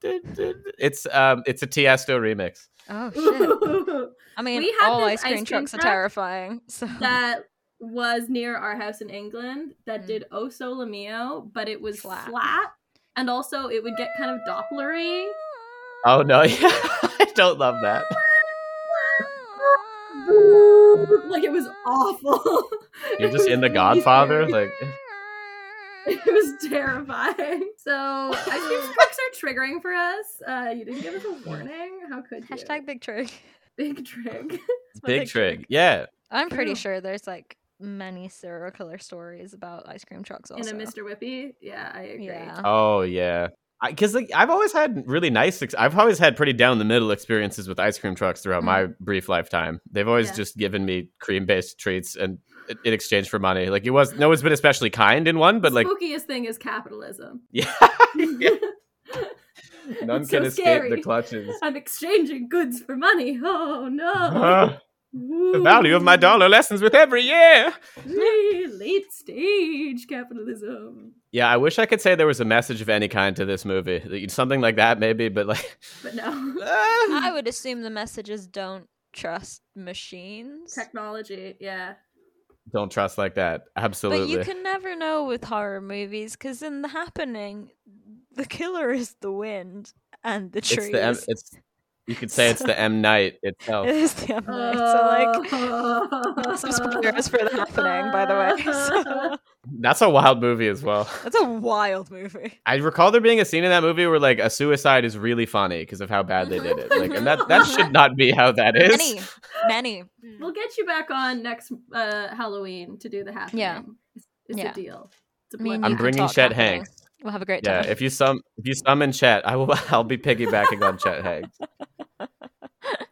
S5: it's um it's a Tiesto remix.
S3: Oh, shit. I mean,
S4: We had
S3: all
S4: this
S3: ice cream
S4: ice cream
S3: trucks
S4: truck
S3: are terrifying. So
S4: that was near our house in England that
S3: Mm.
S4: did Oso Mio, but it was
S3: Flat.
S4: flat. and also it would get kind of Dopplery.
S5: Oh no, I don't love that.
S4: like it was awful.
S5: You're just in the Godfather, like
S4: It was terrifying. So ice cream trucks are triggering for us. Uh, you didn't give us a warning. How could you?
S3: Hashtag big trick.
S4: big trig.
S3: It's my
S5: Big Trig. Yeah.
S3: I'm pretty
S4: True.
S3: sure there's like many serial killer stories about ice cream trucks.
S4: In
S3: Also,
S4: a Mr. Whippy. Yeah, I agree.
S3: yeah.
S5: Oh yeah. Because like I've always had really nice, ex- I've always had pretty down the middle experiences with ice cream trucks throughout my brief lifetime. They've always
S4: Mm-hmm. Yeah.
S5: just given me cream based treats and i- in exchange for money. Like it was no one's been especially kind in one, but like
S4: spookiest thing is capitalism.
S5: yeah, none
S4: It's so
S5: can escape
S4: scary.
S5: the clutches.
S4: I'm exchanging goods for money. Oh no.
S5: Huh. Uh-huh. The value of my dollar lessens with every year.
S4: Really late stage capitalism.
S5: Yeah, I wish I could say there was a message of any kind to this movie. Like, Something like that, maybe, but like.
S4: But no.
S5: ah.
S3: I would assume the messages don't trust machines,
S4: Technology, yeah.
S5: Don't trust like that.
S3: but you
S5: Absolutely.
S3: can never know with horror movies because in The Happening, the killer is the wind and the trees.
S5: it's the M, oh. it's, you could say it's the M Night
S3: It
S5: itself.
S3: is the M. Night, So like.
S4: Uh-huh.
S3: Some spoilers for the happening, by the way. So,
S5: That's a wild movie as well.
S3: that's a wild movie.
S5: I recall there being a scene in that movie where like a suicide is really funny because of how bad they did it. Like, and that that should not be how that is.
S3: Many, many.
S4: We'll get you back on next uh, Halloween to do the happening.
S3: Yeah.
S4: It's, it's
S3: Yeah.
S4: a deal. It's a
S3: Me
S4: blend.
S3: and you
S5: I'm
S3: can
S5: bringing
S3: talk
S5: Chet
S3: happening.
S5: Hanks.
S3: We'll have a great
S5: Yeah,
S3: time.
S5: if you sum if you summon Chet, I will I'll be piggybacking on Chet Hanks.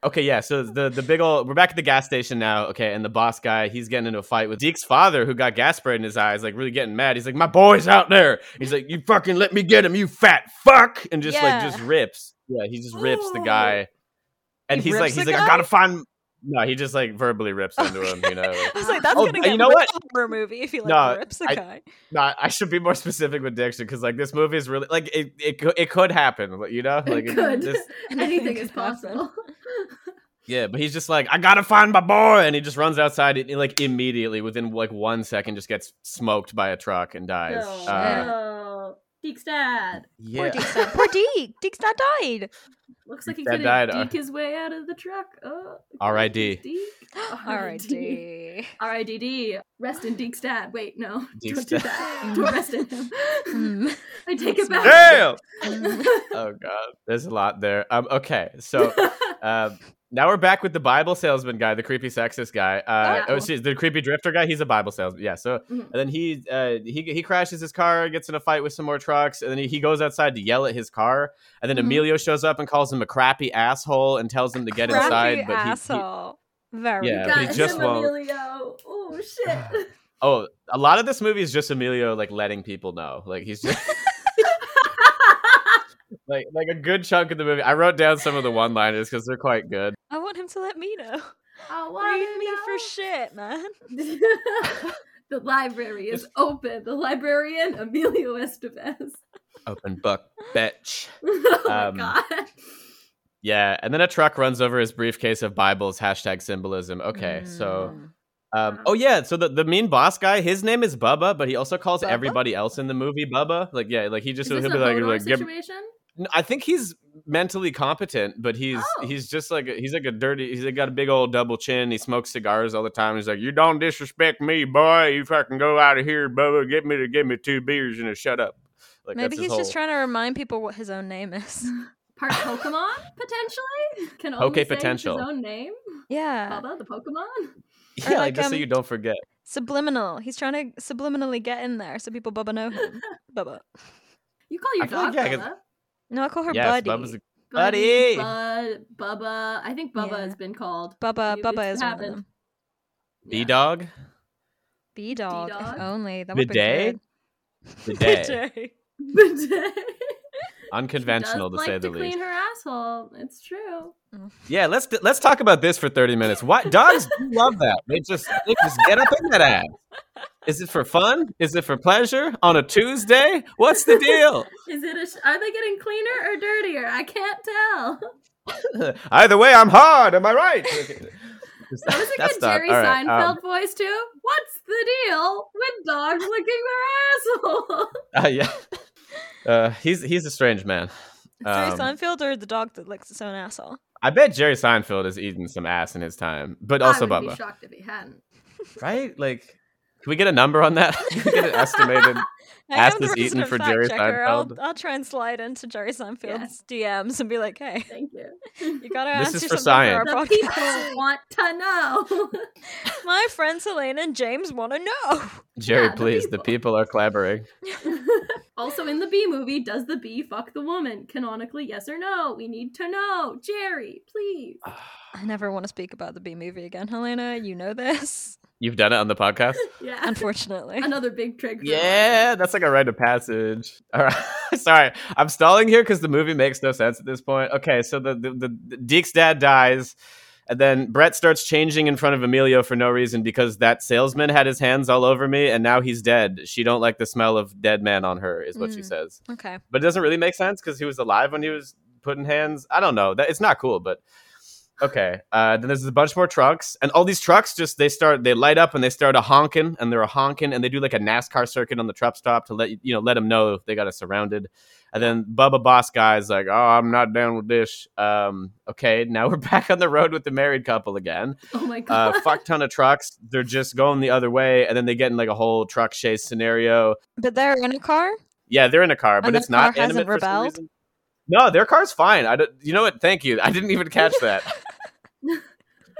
S5: Okay, yeah. So the the big old we're back at the gas station now. Okay, and the boss guy he's getting into a fight with Zeke's father, who got gas spray in his eyes, like really getting mad. He's like, "My boy's out there." He's like, "You fucking let me get him, you fat fuck!" And just
S3: Yeah.
S5: like just rips. Yeah, he just rips the guy, and
S3: He
S5: he's like,
S3: rips
S5: he's
S3: the
S5: like, "I
S3: guy?
S5: gotta find." No, he just like verbally rips into him. You know,
S3: I was like, that's
S5: Oh,
S3: gonna
S5: you
S3: get
S5: know
S3: rid
S5: what?
S3: of a horror movie if you like
S5: No,
S3: rips a
S5: I-
S3: guy.
S5: Not, I should be more specific with diction because like this movie is really like it. It, cou- it could happen, you know. Like
S4: it could.
S5: just-
S4: Anything
S3: Anything
S4: is
S3: could happen.
S4: possible.
S5: yeah, but he's just like, I gotta find my boy, and he just runs outside and like immediately within like one second just gets smoked by a truck and dies.
S4: No.
S5: Uh,
S4: No. Deke's Oh, dad.
S5: yeah,
S3: Poor Deke's dad. Poor Deke. Deke's dad died.
S4: Looks like he
S5: Dad
S4: could
S5: died,
S4: have
S5: uh,
S4: deke his way out of the truck. Oh,
S5: R.I.D..
S4: Deke. R.I.D.
S3: R.I.D.
S4: R.I.D.D. Rest in Deke's dad. Wait, no.
S5: Deke's
S4: don't do
S5: dad.
S4: that. Don't rest in him.
S3: Mm.
S4: I take it back.
S5: damn. Oh god, there's a lot there. Um, okay, so um, now we're back with the Bible salesman guy, the creepy sexist guy. Uh,
S4: Oh.
S5: oh, she's the creepy drifter guy. He's a Bible salesman. Yeah. So
S3: Mm-hmm.
S4: Mhm.
S5: and then he uh, he he crashes his car, gets in a fight with some more trucks, and then he, he goes outside to yell at his car. And then
S3: Mhm.
S5: Emilio shows up and calls him a crappy asshole and tells him to get
S3: Crappy
S5: inside. But he- he,
S3: asshole. Very.
S5: Yeah,
S3: good.
S5: but he
S4: Got
S5: just
S4: him,
S5: won't.
S4: Emilio. Oh shit.
S5: oh, a lot of this movie is just Emilio like letting people know, like he's just. Like, like a good chunk of the movie. I wrote down some of the one liners because they're quite good.
S3: I want him to let me know.
S4: I wanna
S3: Read me for
S4: know.
S3: shit, man.
S4: the library is open. The librarian Emilio Estevez.
S5: Open book, bitch.
S4: oh my
S5: Um,
S4: god.
S5: Yeah, and then a truck runs over his briefcase of Bibles, hashtag symbolism. Okay, so
S4: Hmm.
S3: Mm.
S5: um, oh yeah, so the, the mean boss guy, his name is Bubba, but he also calls
S3: Bubba?
S5: everybody else in the movie Bubba. Like yeah, like he
S4: Is
S5: just
S4: this
S5: he'll
S4: a
S5: be like,
S4: Hodor
S5: like give-
S4: situation?
S5: No, I think he's mentally competent, but he's
S4: Oh.
S5: he's just like a, he's like a dirty. He's got a big old double chin. He smokes cigars all the time. He's like, you don't disrespect me, boy. You fucking go out of here, Bubba. Get me to give me two beers and a shut up. Like
S3: Maybe
S5: that's his
S3: he's just
S5: whole-
S3: trying to remind people what his own name is.
S4: Part Pokemon potentially? Can only
S5: Okay,
S4: say it's
S5: potential.
S4: his own name.
S3: Yeah.
S4: Baba the Pokemon.
S3: or
S5: yeah, like,
S3: like,
S5: just so
S3: um,
S5: you don't forget.
S3: Subliminal. He's trying to subliminally get in there so people Bubba know him. Bubba.
S4: You call your
S5: I feel like,
S4: dog
S5: yeah, 'cause-
S4: Bubba.
S3: No, I call her
S5: Yes,
S3: Buddy.
S5: Bubba's a- Buddy.
S4: Buddy, Bud, Bubba. I think Bubba
S3: Yeah.
S4: has been called.
S3: Bubba,
S4: Dude,
S3: Bubba
S4: it's
S3: is one of
S4: happened.
S3: them.
S5: B dog.
S3: B dog, if
S4: D-Dog?
S3: only. That would be
S5: Bidet?
S3: good.
S5: Bidet.
S3: Bidet.
S4: Bidet.
S5: Unconventional
S4: Does
S5: to
S4: like
S5: say the
S4: to clean
S5: least.
S4: her asshole. It's true.
S5: Yeah, let's let's talk about this for thirty minutes. Why dogs do love that? They just they just get up in that ass. Is it for fun? Is it for pleasure? On a Tuesday? What's the deal?
S4: Is it? A sh- are they getting cleaner or dirtier? I can't tell.
S5: Either way, I'm hard. Am I right? Just-
S4: That was a
S5: that's
S4: good
S5: not-
S4: Jerry
S5: all right,
S4: Seinfeld
S5: um,
S4: voice too. What's the deal with dogs licking their asshole?
S5: uh, yeah, uh, he's he's a strange man.
S3: Jerry
S5: Um,
S3: Seinfeld or the dog that licks its own asshole?
S5: I bet Jerry Seinfeld has eaten some ass in his time, but also
S4: I would be
S5: Bubba,
S4: shocked if he hadn't.
S5: right? Like, can we get a number on that? Can we get an estimated? Ask
S3: am the
S5: is eaten
S3: resident
S5: for
S3: fact
S5: Jerry
S3: checker. I'll,
S5: Seinfeld.
S3: I'll try and slide into Jerry Seinfeld's DMs and be like, hey,
S4: Thank you.
S3: you gotta
S5: This
S3: answer
S5: is for
S3: something our
S4: The
S3: podcast.
S4: people want to know.
S3: My friends Helene and James want to know.
S5: Jerry,
S4: Yeah, the
S5: please. The
S4: people.
S5: people are clamoring.
S4: also, in the B movie, does the bee fuck the woman? Canonically, yes or no? We need to know. Jerry, please.
S5: Ah.
S3: I never want to speak about the B movie again, Helena. You know this,
S5: You've done it on the podcast?
S4: Yeah.
S3: unfortunately.
S4: Another big trick. for
S5: yeah, that's like a rite of passage. All right. Sorry. I'm stalling here because the movie makes no sense at this point. Okay, so the, the, the, the Deke's dad dies. And then Brett starts changing in front of Emilio for no reason because that salesman had his hands all over me and now he's dead. She don't like the smell of dead man on her is what she
S3: Mm.
S5: says.
S3: Okay.
S5: But it doesn't really make sense because he was alive when he was putting hands. I don't know. That it's not cool, but okay. Uh, then there's a bunch more trucks, and all these trucks just they start they light up and they start a honking and they're a honking and they do like a NASCAR circuit on the truck stop to let you you know let them know they got us surrounded. And then Bubba Boss guy's like, "Oh, I'm not down with this." Um, okay, now we're back on the road with the married couple again
S4: Oh my god.
S5: uh, fuck ton of trucks. They're just going the other way, and then they get in like a whole truck chase scenario.
S3: But they're in a car?
S5: Yeah, they're in a car, but
S3: And
S5: it's
S3: their car
S5: not animate
S3: hasn't
S5: for some
S3: rebelled?
S5: reason. No, their car's fine. I don't, you know what? Thank you. I didn't even catch that.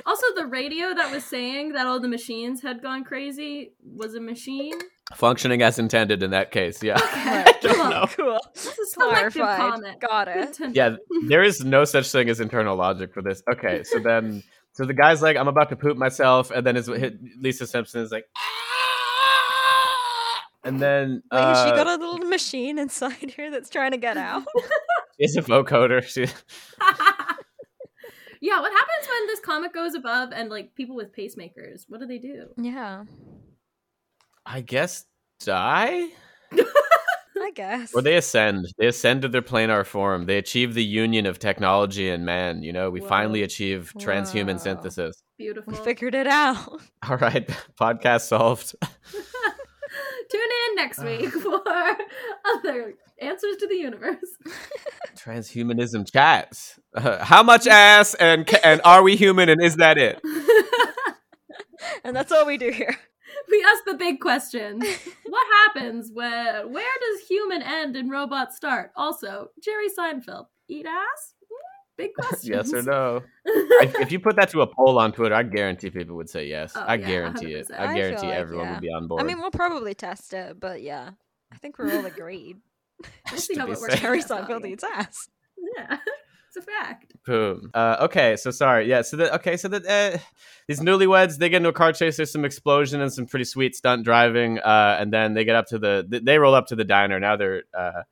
S4: also, the radio that was saying that all the machines had gone crazy was a machine.
S5: Functioning as intended in that case. Yeah.
S4: Okay,
S5: don't
S4: come
S5: know.
S4: on.
S3: Cool.
S4: This is selective
S3: Clarified.
S4: comment.
S3: Got
S4: Good
S3: it.
S4: to know.
S5: Yeah, there is no such thing as internal logic for this. Okay, so then, so the guy's like, "I'm about to poop myself," and then his Lisa Simpson is like, "Ah!" and then
S3: Wait, has she
S5: uh,
S3: got a little machine
S5: uh,
S3: inside here that's trying to get out?
S5: is a vocoder. She,
S4: Yeah, what happens when this comic goes above and like people with pacemakers? What do they do?
S3: Yeah,
S5: I guess die?
S3: I guess.
S5: Or they ascend. They ascend to their planar form. They achieve the union of technology and man. You know, we
S4: Whoa.
S5: finally achieve transhuman
S3: Wow.
S5: synthesis.
S4: Beautiful.
S3: we figured it out.
S5: All right, podcast solved.
S4: Tune in
S5: Ah.
S4: next week for other answers to the universe.
S5: Transhumanism chats. Uh, how much ass and ca- and are we human and is that it?
S3: And that's all we do here.
S4: we ask the big question what happens when where does human end and robot start also jerry seinfeld eat ass Mm, big question
S5: yes or no? if, if you put that to a poll on Twitter, I guarantee people would say yes.
S4: Oh,
S5: I
S4: yeah,
S5: guarantee it.
S4: 100%.
S5: I
S3: I
S5: guarantee
S3: feel like,
S5: everyone
S3: yeah.
S5: would be on board.
S3: I mean, we'll probably test it, but yeah, I think we're all agreed.
S4: we'll
S5: Just
S4: see
S5: to
S4: how
S5: be
S4: it works
S5: safe.
S3: Jerry
S4: out,
S3: Seinfeld
S4: Bobby.
S3: eats ass.
S4: yeah it's a fact
S5: Boom. Uh, okay, so sorry. Yeah, so that okay, so that uh, these newlyweds they get into a car chase. There's some explosion and some pretty sweet stunt driving, uh, and then they get up to the th- they roll up to the diner. Now they're uh,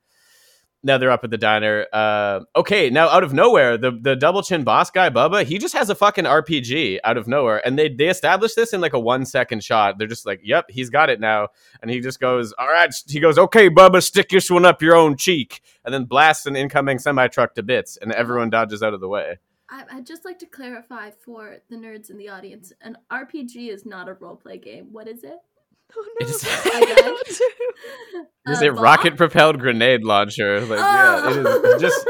S5: now they're up at the diner. Uh, okay, now out of nowhere, the the double chin boss guy Bubba he just has a fucking RPG out of nowhere, and they they establish this in like a one second shot. They're just like, yep, he's got it now, and he just goes, all right. He goes, okay, Bubba, stick this one up your own cheek, and then blasts an incoming semi truck to bits, and
S3: Oh.
S5: everyone dodges out of the way.
S4: I, i'd just like to clarify for the nerds in the audience an rpg is not a roleplay game what is it
S3: Oh
S5: It
S3: no!
S5: is-
S3: I don't do-
S5: It's
S4: Uh,
S3: Oh,
S5: a
S4: Bob?
S5: rocket propelled grenade launcher. Like, yeah, it
S4: Oh.
S5: is it's just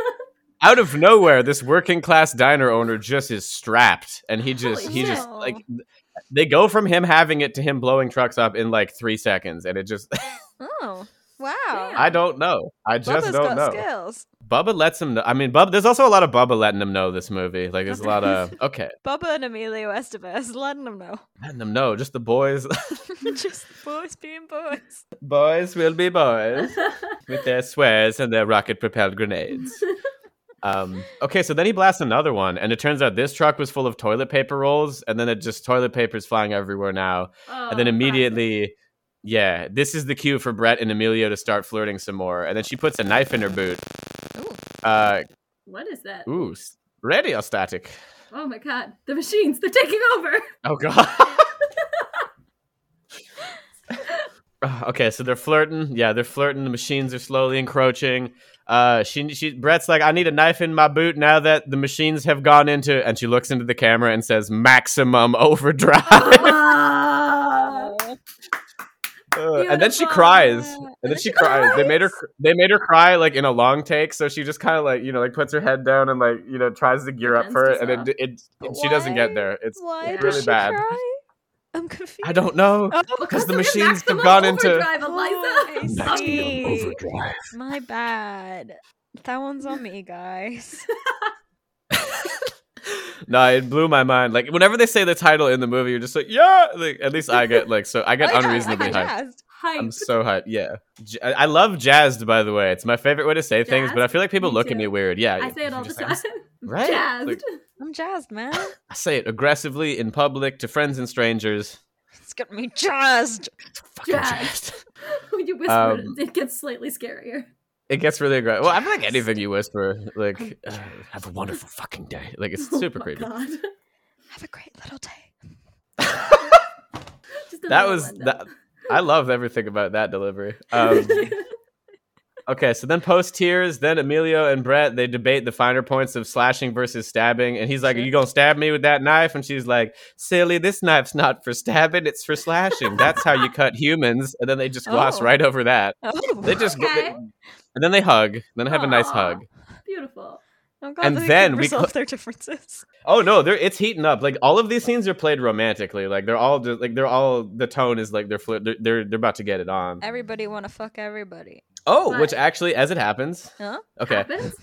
S5: out of nowhere. This working class diner owner just is strapped, and he just
S4: Holy
S5: he
S4: shit.
S5: just like they go from him having it to him blowing trucks up in like three seconds, and it just
S3: Oh wow!
S4: Damn.
S5: I don't know. I just
S3: Bubba's
S5: don't
S3: got
S5: know.
S3: skills.
S5: Bubba lets him know. I mean, Bubba. There's also a lot of Bubba letting him know this movie. Like there's a lot of okay,
S3: Bubba and Emilio Estevez, letting them know.
S5: letting them know. Just the boys.
S3: Just boys being boys.
S5: boys will be boys. with their swears and their rocket propelled grenades. Um, okay, so then he blasts another one, and it turns out this truck was full of toilet paper rolls, and then it just toilet paper's flying everywhere now.
S4: Oh,
S5: and then
S4: fuck.
S5: immediately, yeah, this is the cue for Brett and Emilio to start flirting some more. And then she puts a knife in her boot.
S3: Ooh.
S5: Uh,
S4: what is that
S5: ooh, s- radio static.
S4: oh my god the machines they're taking over
S5: Oh god. Uh, okay, so they're flirting. Yeah, they're flirting. The machines are slowly encroaching. Uh, she, she, Brett's like, I need a knife in my boot now that the machines have gone into. And she looks into the camera and says, "Maximum overdrive." Uh, and then she
S4: Beautiful.
S5: cries. And then she cries. They made her. cr- They made her cry like in a long take. So she just kind of like you know like puts her head down and like you know tries to gear up
S4: Pretends
S5: for
S4: to
S5: it, and it,
S4: suck.
S5: it, it she doesn't
S3: Why?
S5: get there. It's
S3: Why
S4: Yeah.
S3: does
S5: Really
S3: she
S5: bad.
S3: cry? I'm confused.
S5: I don't know.
S3: Oh,
S4: Because
S5: the
S4: we're in
S5: machines have
S4: maximum
S5: gone into-
S4: overdrive,
S3: oh,
S4: Eliza.
S3: I
S4: Sorry.
S3: see. My bad. That one's on me, guys.
S5: no, it blew my mind. Like whenever they say the title in the movie, you're just like, yeah. Like at least I get like so I get
S3: Oh, yeah, I
S5: unreasonably
S3: got
S5: hyped.
S3: jazzed.
S4: Hype.
S5: I'm so hyped. Yeah, J- I I love jazzed. By the way, it's my favorite way to say things, but I
S4: Jazzed?
S5: feel like people
S4: Me
S5: look at
S4: too.
S5: me weird. Yeah,
S4: I say it
S5: you're
S4: all the
S5: just
S4: time.
S5: like, Right?
S4: Jazzed.
S5: Like-
S3: I'm jazzed, man.
S5: I say it aggressively in public to friends and strangers.
S3: It's got me jazzed.
S5: Fucking
S4: Jazzed.
S5: jazzed.
S4: when you whisper,
S5: Um,
S4: it, it gets slightly scarier.
S5: It gets really aggressive. Well, I feel like anything you whisper, like uh, "Have a wonderful fucking day," like it's
S4: Oh
S5: super
S4: my
S5: creepy.
S4: God.
S3: Have a great little day.
S4: Just a
S5: That
S4: little
S5: was
S4: one, though.
S5: that. I love everything about that delivery. Um, Okay, so then post tears, then Emilio and Brett they debate the finer points of slashing versus stabbing, and he's like, "Are you gonna stab me with that knife?" And she's like, "Silly, this knife's not for stabbing; it's for slashing. That's how you cut humans." And then they just gloss
S3: Oh.
S5: right over that.
S3: Oh,
S5: They just go- they-
S4: Okay.
S5: and then they hug, then have a nice
S4: Aw.
S5: hug.
S4: Beautiful.
S3: I'm glad
S5: and
S3: that Oh, they
S5: then
S3: could
S5: we
S3: resolve
S5: cl-
S3: their differences.
S5: Oh no, they're it's heating up. Like all of these scenes are played romantically. Like they're all just, like they're all the tone is like they're fli- they're they're, they're about to get it on.
S4: Eh,
S3: Everybody want to fuck everybody.
S5: Oh, which
S4: Right.
S5: actually, as it happens,
S3: Huh?
S5: okay.
S4: Happens.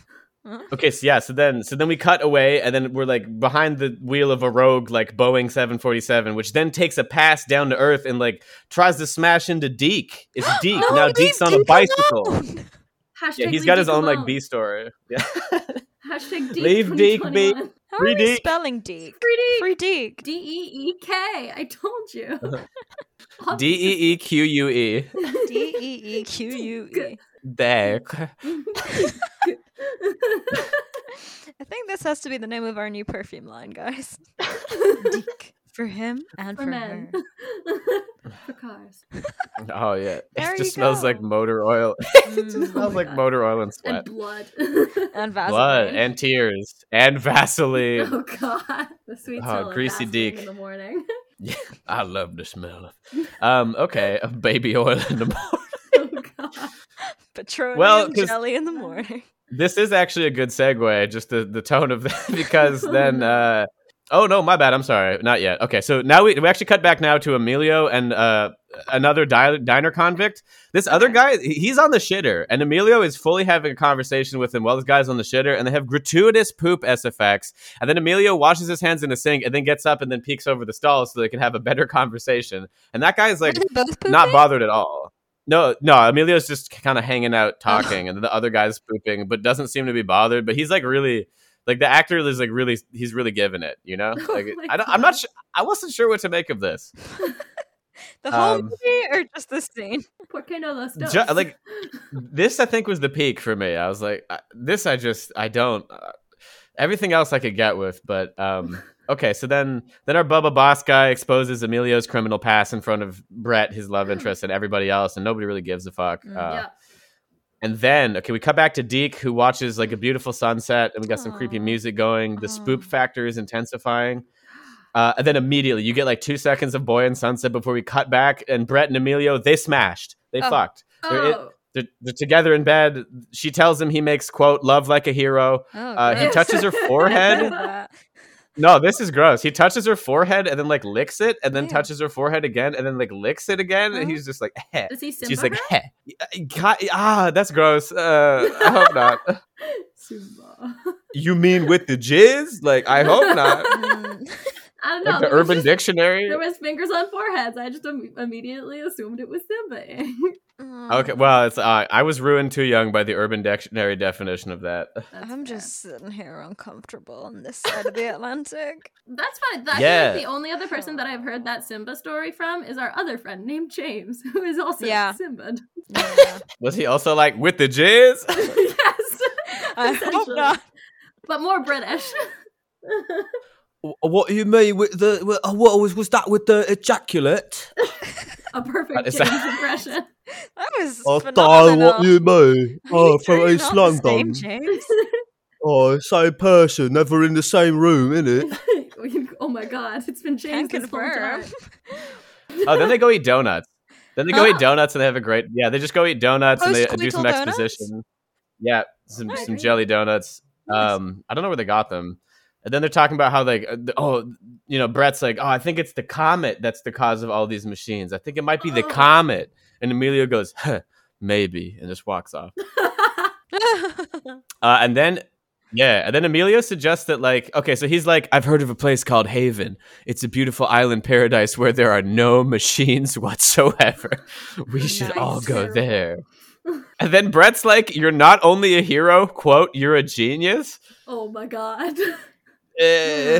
S5: Okay, so yeah, so then so then we cut away and then we're like behind the wheel of a rogue like Boeing 747, which then takes a pass down to earth and like tries to smash into Deke. It's Deke.
S3: No,
S5: now
S3: leave
S5: Deke's on a
S3: Deke
S5: bicycle.
S3: alone.
S4: Hashtag
S5: Yeah, he's
S4: leave
S5: got his
S4: Deke
S5: own like
S4: alone.
S5: B story. Yeah.
S4: Hashtag Deke
S5: Leave Deke be.
S4: 2021.
S3: How
S5: Free
S3: are we
S5: Deke.
S3: spelling Deke?
S4: Free Deke.
S3: Free Deke.
S4: D E E K. I told you.
S5: D E E Q U E.
S3: D E E Q U E.
S5: There.
S3: I think this has to be the name of our new perfume line, guys. Deek. For him and for,
S4: for
S3: her.
S4: men. for cars.
S5: Oh yeah,
S3: There
S5: it just
S3: you
S5: smells like
S3: go.
S5: motor oil. it
S3: Mm.
S5: just smells
S3: Oh my
S5: like
S3: God.
S5: motor oil and
S4: And
S5: sweat,
S4: blood.
S3: And
S5: blood,
S3: Vaseline.
S5: and tears, and Vaseline.
S4: oh god. The sweet
S5: Oh,
S4: smell of
S5: greasy
S4: Vaseline
S5: dick.
S4: in the morning.
S5: I love the smell of. Um, okay, of baby oil in the morning.
S4: oh god.
S3: petroleum
S5: Well, 'cause-
S3: jelly in the morning.
S5: This is actually a good segue, just the, the tone of that, because then. Uh, oh no, my bad. I'm sorry. Not yet. Okay, so now we, we actually cut back now to Emilio and uh, another di- diner convict. This other guy, he- he's on the shitter, and Emilio is fully having a conversation with him while this guy's on the shitter, and they have gratuitous poop SFX. And then Emilio washes his hands in the sink, and then gets up and then peeks over the stall so they can have a better conversation. And that guy is like
S3: Are they both pooping?
S5: not bothered at all. No, no, Emilio's just kind of hanging out talking, and the other guy's pooping, but doesn't seem to be bothered. But he's like really, like the actor is like really, he's really giving it, you know.
S4: Oh
S5: Like
S4: my
S5: I don't, I'm not
S4: God.
S5: sure, I wasn't sure what to make of this.
S3: the whole
S5: um,
S3: movie or just this scene?
S4: Por qué no los dos?
S5: Ju- like this, I think was the peak for me. I was like, I, this, I just, I don't. Uh, everything else I could get with, but um, okay. So then, then our Bubba Boss guy exposes Emilio's criminal past in front of Brett, his love interest, and everybody else, and nobody really gives a fuck.
S3: Mm,
S5: uh,
S4: yeah.
S5: And then, okay, we cut back to Deke, who watches like a beautiful sunset, and we got some creepy
S3: Mm. Aw.
S5: music going. The
S3: Aw.
S5: spook factor is intensifying. Uh, and then immediately, you get like two seconds of boy and sunset before we cut back, and Brett and Emilio, they smashed. They
S3: Oh.
S5: fucked. There is-
S4: Oh,
S5: They're, they're together in bed. She tells him he makes, quote, love like a hero.
S3: Oh,
S5: Uh, he
S4: gross.
S5: touches her
S3: I
S5: forehead.
S3: love that.
S5: No, this is gross. He touches her forehead and then like licks it, and then
S3: Ew.
S5: touches her forehead again, and then like licks it again.
S3: Mhm.
S5: And he's just like, eh.
S4: is he Simba?
S5: She's like, heh. God, ah, that's gross. Uh, I hope not.
S4: Simba.
S5: You mean with the jizz? Like, I hope not.
S3: Mm.
S4: I don't know.
S5: Like the
S4: there was
S5: Urban
S4: just-
S5: Dictionary.
S4: There was fingers on foreheads. I just im- immediately assumed it was Simba.
S3: Aw.
S5: Okay, well, it's uh, I was ruined too young by the Urban Dictionary definition of that.
S4: That's
S3: I'm
S4: fair.
S3: just sitting here uncomfortable on this side of the Atlantic.
S4: That's fine. That's
S5: Yeah.
S4: the only other person that I've heard that Simba story from is our other friend named James, who is also
S3: Yeah.
S4: Simba.
S3: Yeah.
S5: Was he also like with the jizz?
S4: yes.
S3: I hope
S4: Essentially.
S3: not.
S4: But more British.
S6: What do you mean with the with- uh, what was was that with the ejaculate?
S4: A perfect
S5: Is
S4: James
S5: that-
S4: impression.
S3: That was
S6: Oh, darling,
S3: phenomenal.
S6: what do you mean? Oh, from
S3: You're
S6: East
S3: not the same,
S6: London.
S3: James.
S6: Oh, same person, never in the same room, innit?
S4: We- oh my god, it's been
S3: Can
S4: James this whole
S3: confirm.
S4: time.
S5: oh, then they go eat donuts. Then they go
S4: Oh.
S5: eat donuts and they have a great. Yeah, they just go eat donuts and they do
S3: Post-coital
S5: some
S3: donuts?
S5: exposition. Yeah, some
S4: Alright,
S5: some
S4: great.
S5: jelly donuts.
S4: Nice.
S5: Um, I don't know where they got them. And then they're talking about how like uh, the- oh, you know, Brett's like, oh, I think it's the comet that's the cause of all these machines. I think it might be the
S4: Oh.
S5: comet. And Emilio goes, huh, maybe, and just walks off. Uh, and then yeah, and then Emilio suggests that like okay, so he's like, I've heard of a place called Haven. It's a beautiful island paradise where there are no machines whatsoever. We should all
S3: Nice.
S5: go there. And then Brett's like, "You're not only a hero, quote, you're a genius."
S4: oh my god.
S5: Eh.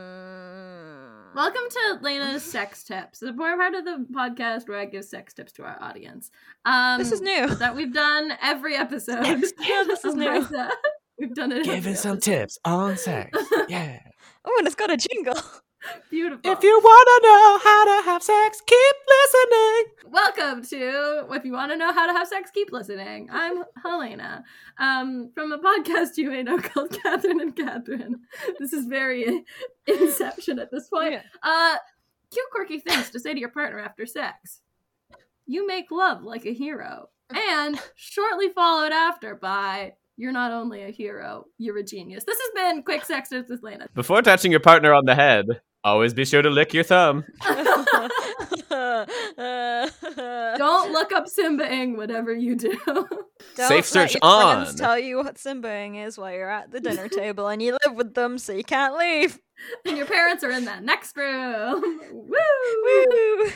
S3: Mm.
S4: Welcome to Lena's sex tips, the part part of the podcast where I give sex tips to our audience. Um,
S3: This is new.
S4: that we've done every episode.
S3: Yeah, this is
S4: of
S3: new.
S4: Risa. We've done it. every
S5: Giving some
S4: episode.
S5: tips on sex. Yeah.
S3: Oh, and it's got a jingle.
S4: Beautiful.
S5: if you wanna know how to have sex, keep listening.
S4: Welcome to If You Want to Know How to Have Sex, Keep Listening. I'm Helena um, from a podcast you may know called Catherine and Catherine. This is very inception at this point.
S3: Yeah.
S4: Uh, cute, quirky things to say to your partner after sex. You make love like a hero. And shortly followed after by You're not only a hero, you're a genius. This has been Quick Sex Tips with Lena.
S5: Before touching your partner on the head, always be sure to lick your thumb.
S4: Don't look up Simbaing, whatever you do.
S3: Don't
S5: Safe
S3: let
S5: search
S3: your friends
S5: on.
S3: Tell you what Simbaing is while you're at the dinner table and you live with them, so you can't leave.
S4: and your parents are in that next room. Woo!
S3: Woo!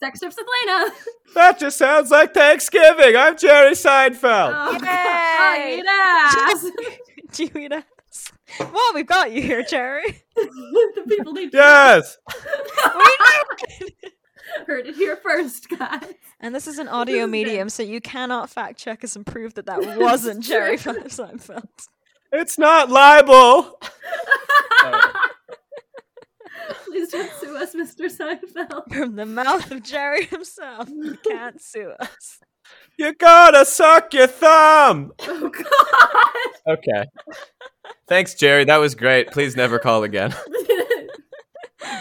S4: Sex tips with Lena.
S5: That just sounds like Thanksgiving. I'm Jerry Seinfeld.
S4: Oh,
S3: Yay!
S4: eat ass.
S3: Do you eat us? Well, we've got you here, Jerry.
S4: the people need to
S5: Yes.
S4: heard it here first, guys.
S3: And this is an
S4: This
S3: audio
S4: is good.
S3: medium, so you cannot fact check us and prove that that wasn't Jerry from Seinfeld.
S5: It's not libel.
S4: Please don't sue us, Mr. Seinfeld.
S3: From the mouth of Jerry himself, you can't sue us.
S5: You gotta suck your thumb.
S4: Oh God!
S5: Okay. Thanks, Jerry. That was great. Please never call again.
S4: uh,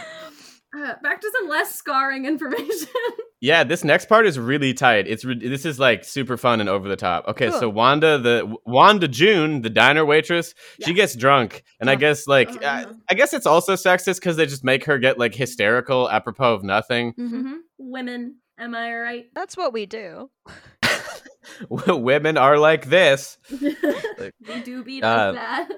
S4: back to some less scarring information.
S5: Yeah, this next part is really tight. It's re- this is like super fun and over the top. Okay,
S3: Cool.
S5: so Wanda the Wanda June, the diner waitress, she
S4: Yeah.
S5: gets drunk, and I
S3: Yeah.
S5: guess like
S4: Uh-huh.
S5: I, I guess it's also sexist because they just make her get like hysterical apropos of nothing.
S3: Mhm.
S4: Mhm. Women, am I right?
S3: That's what we do.
S5: Women are like this.
S4: we do be like
S5: Uh,
S4: that.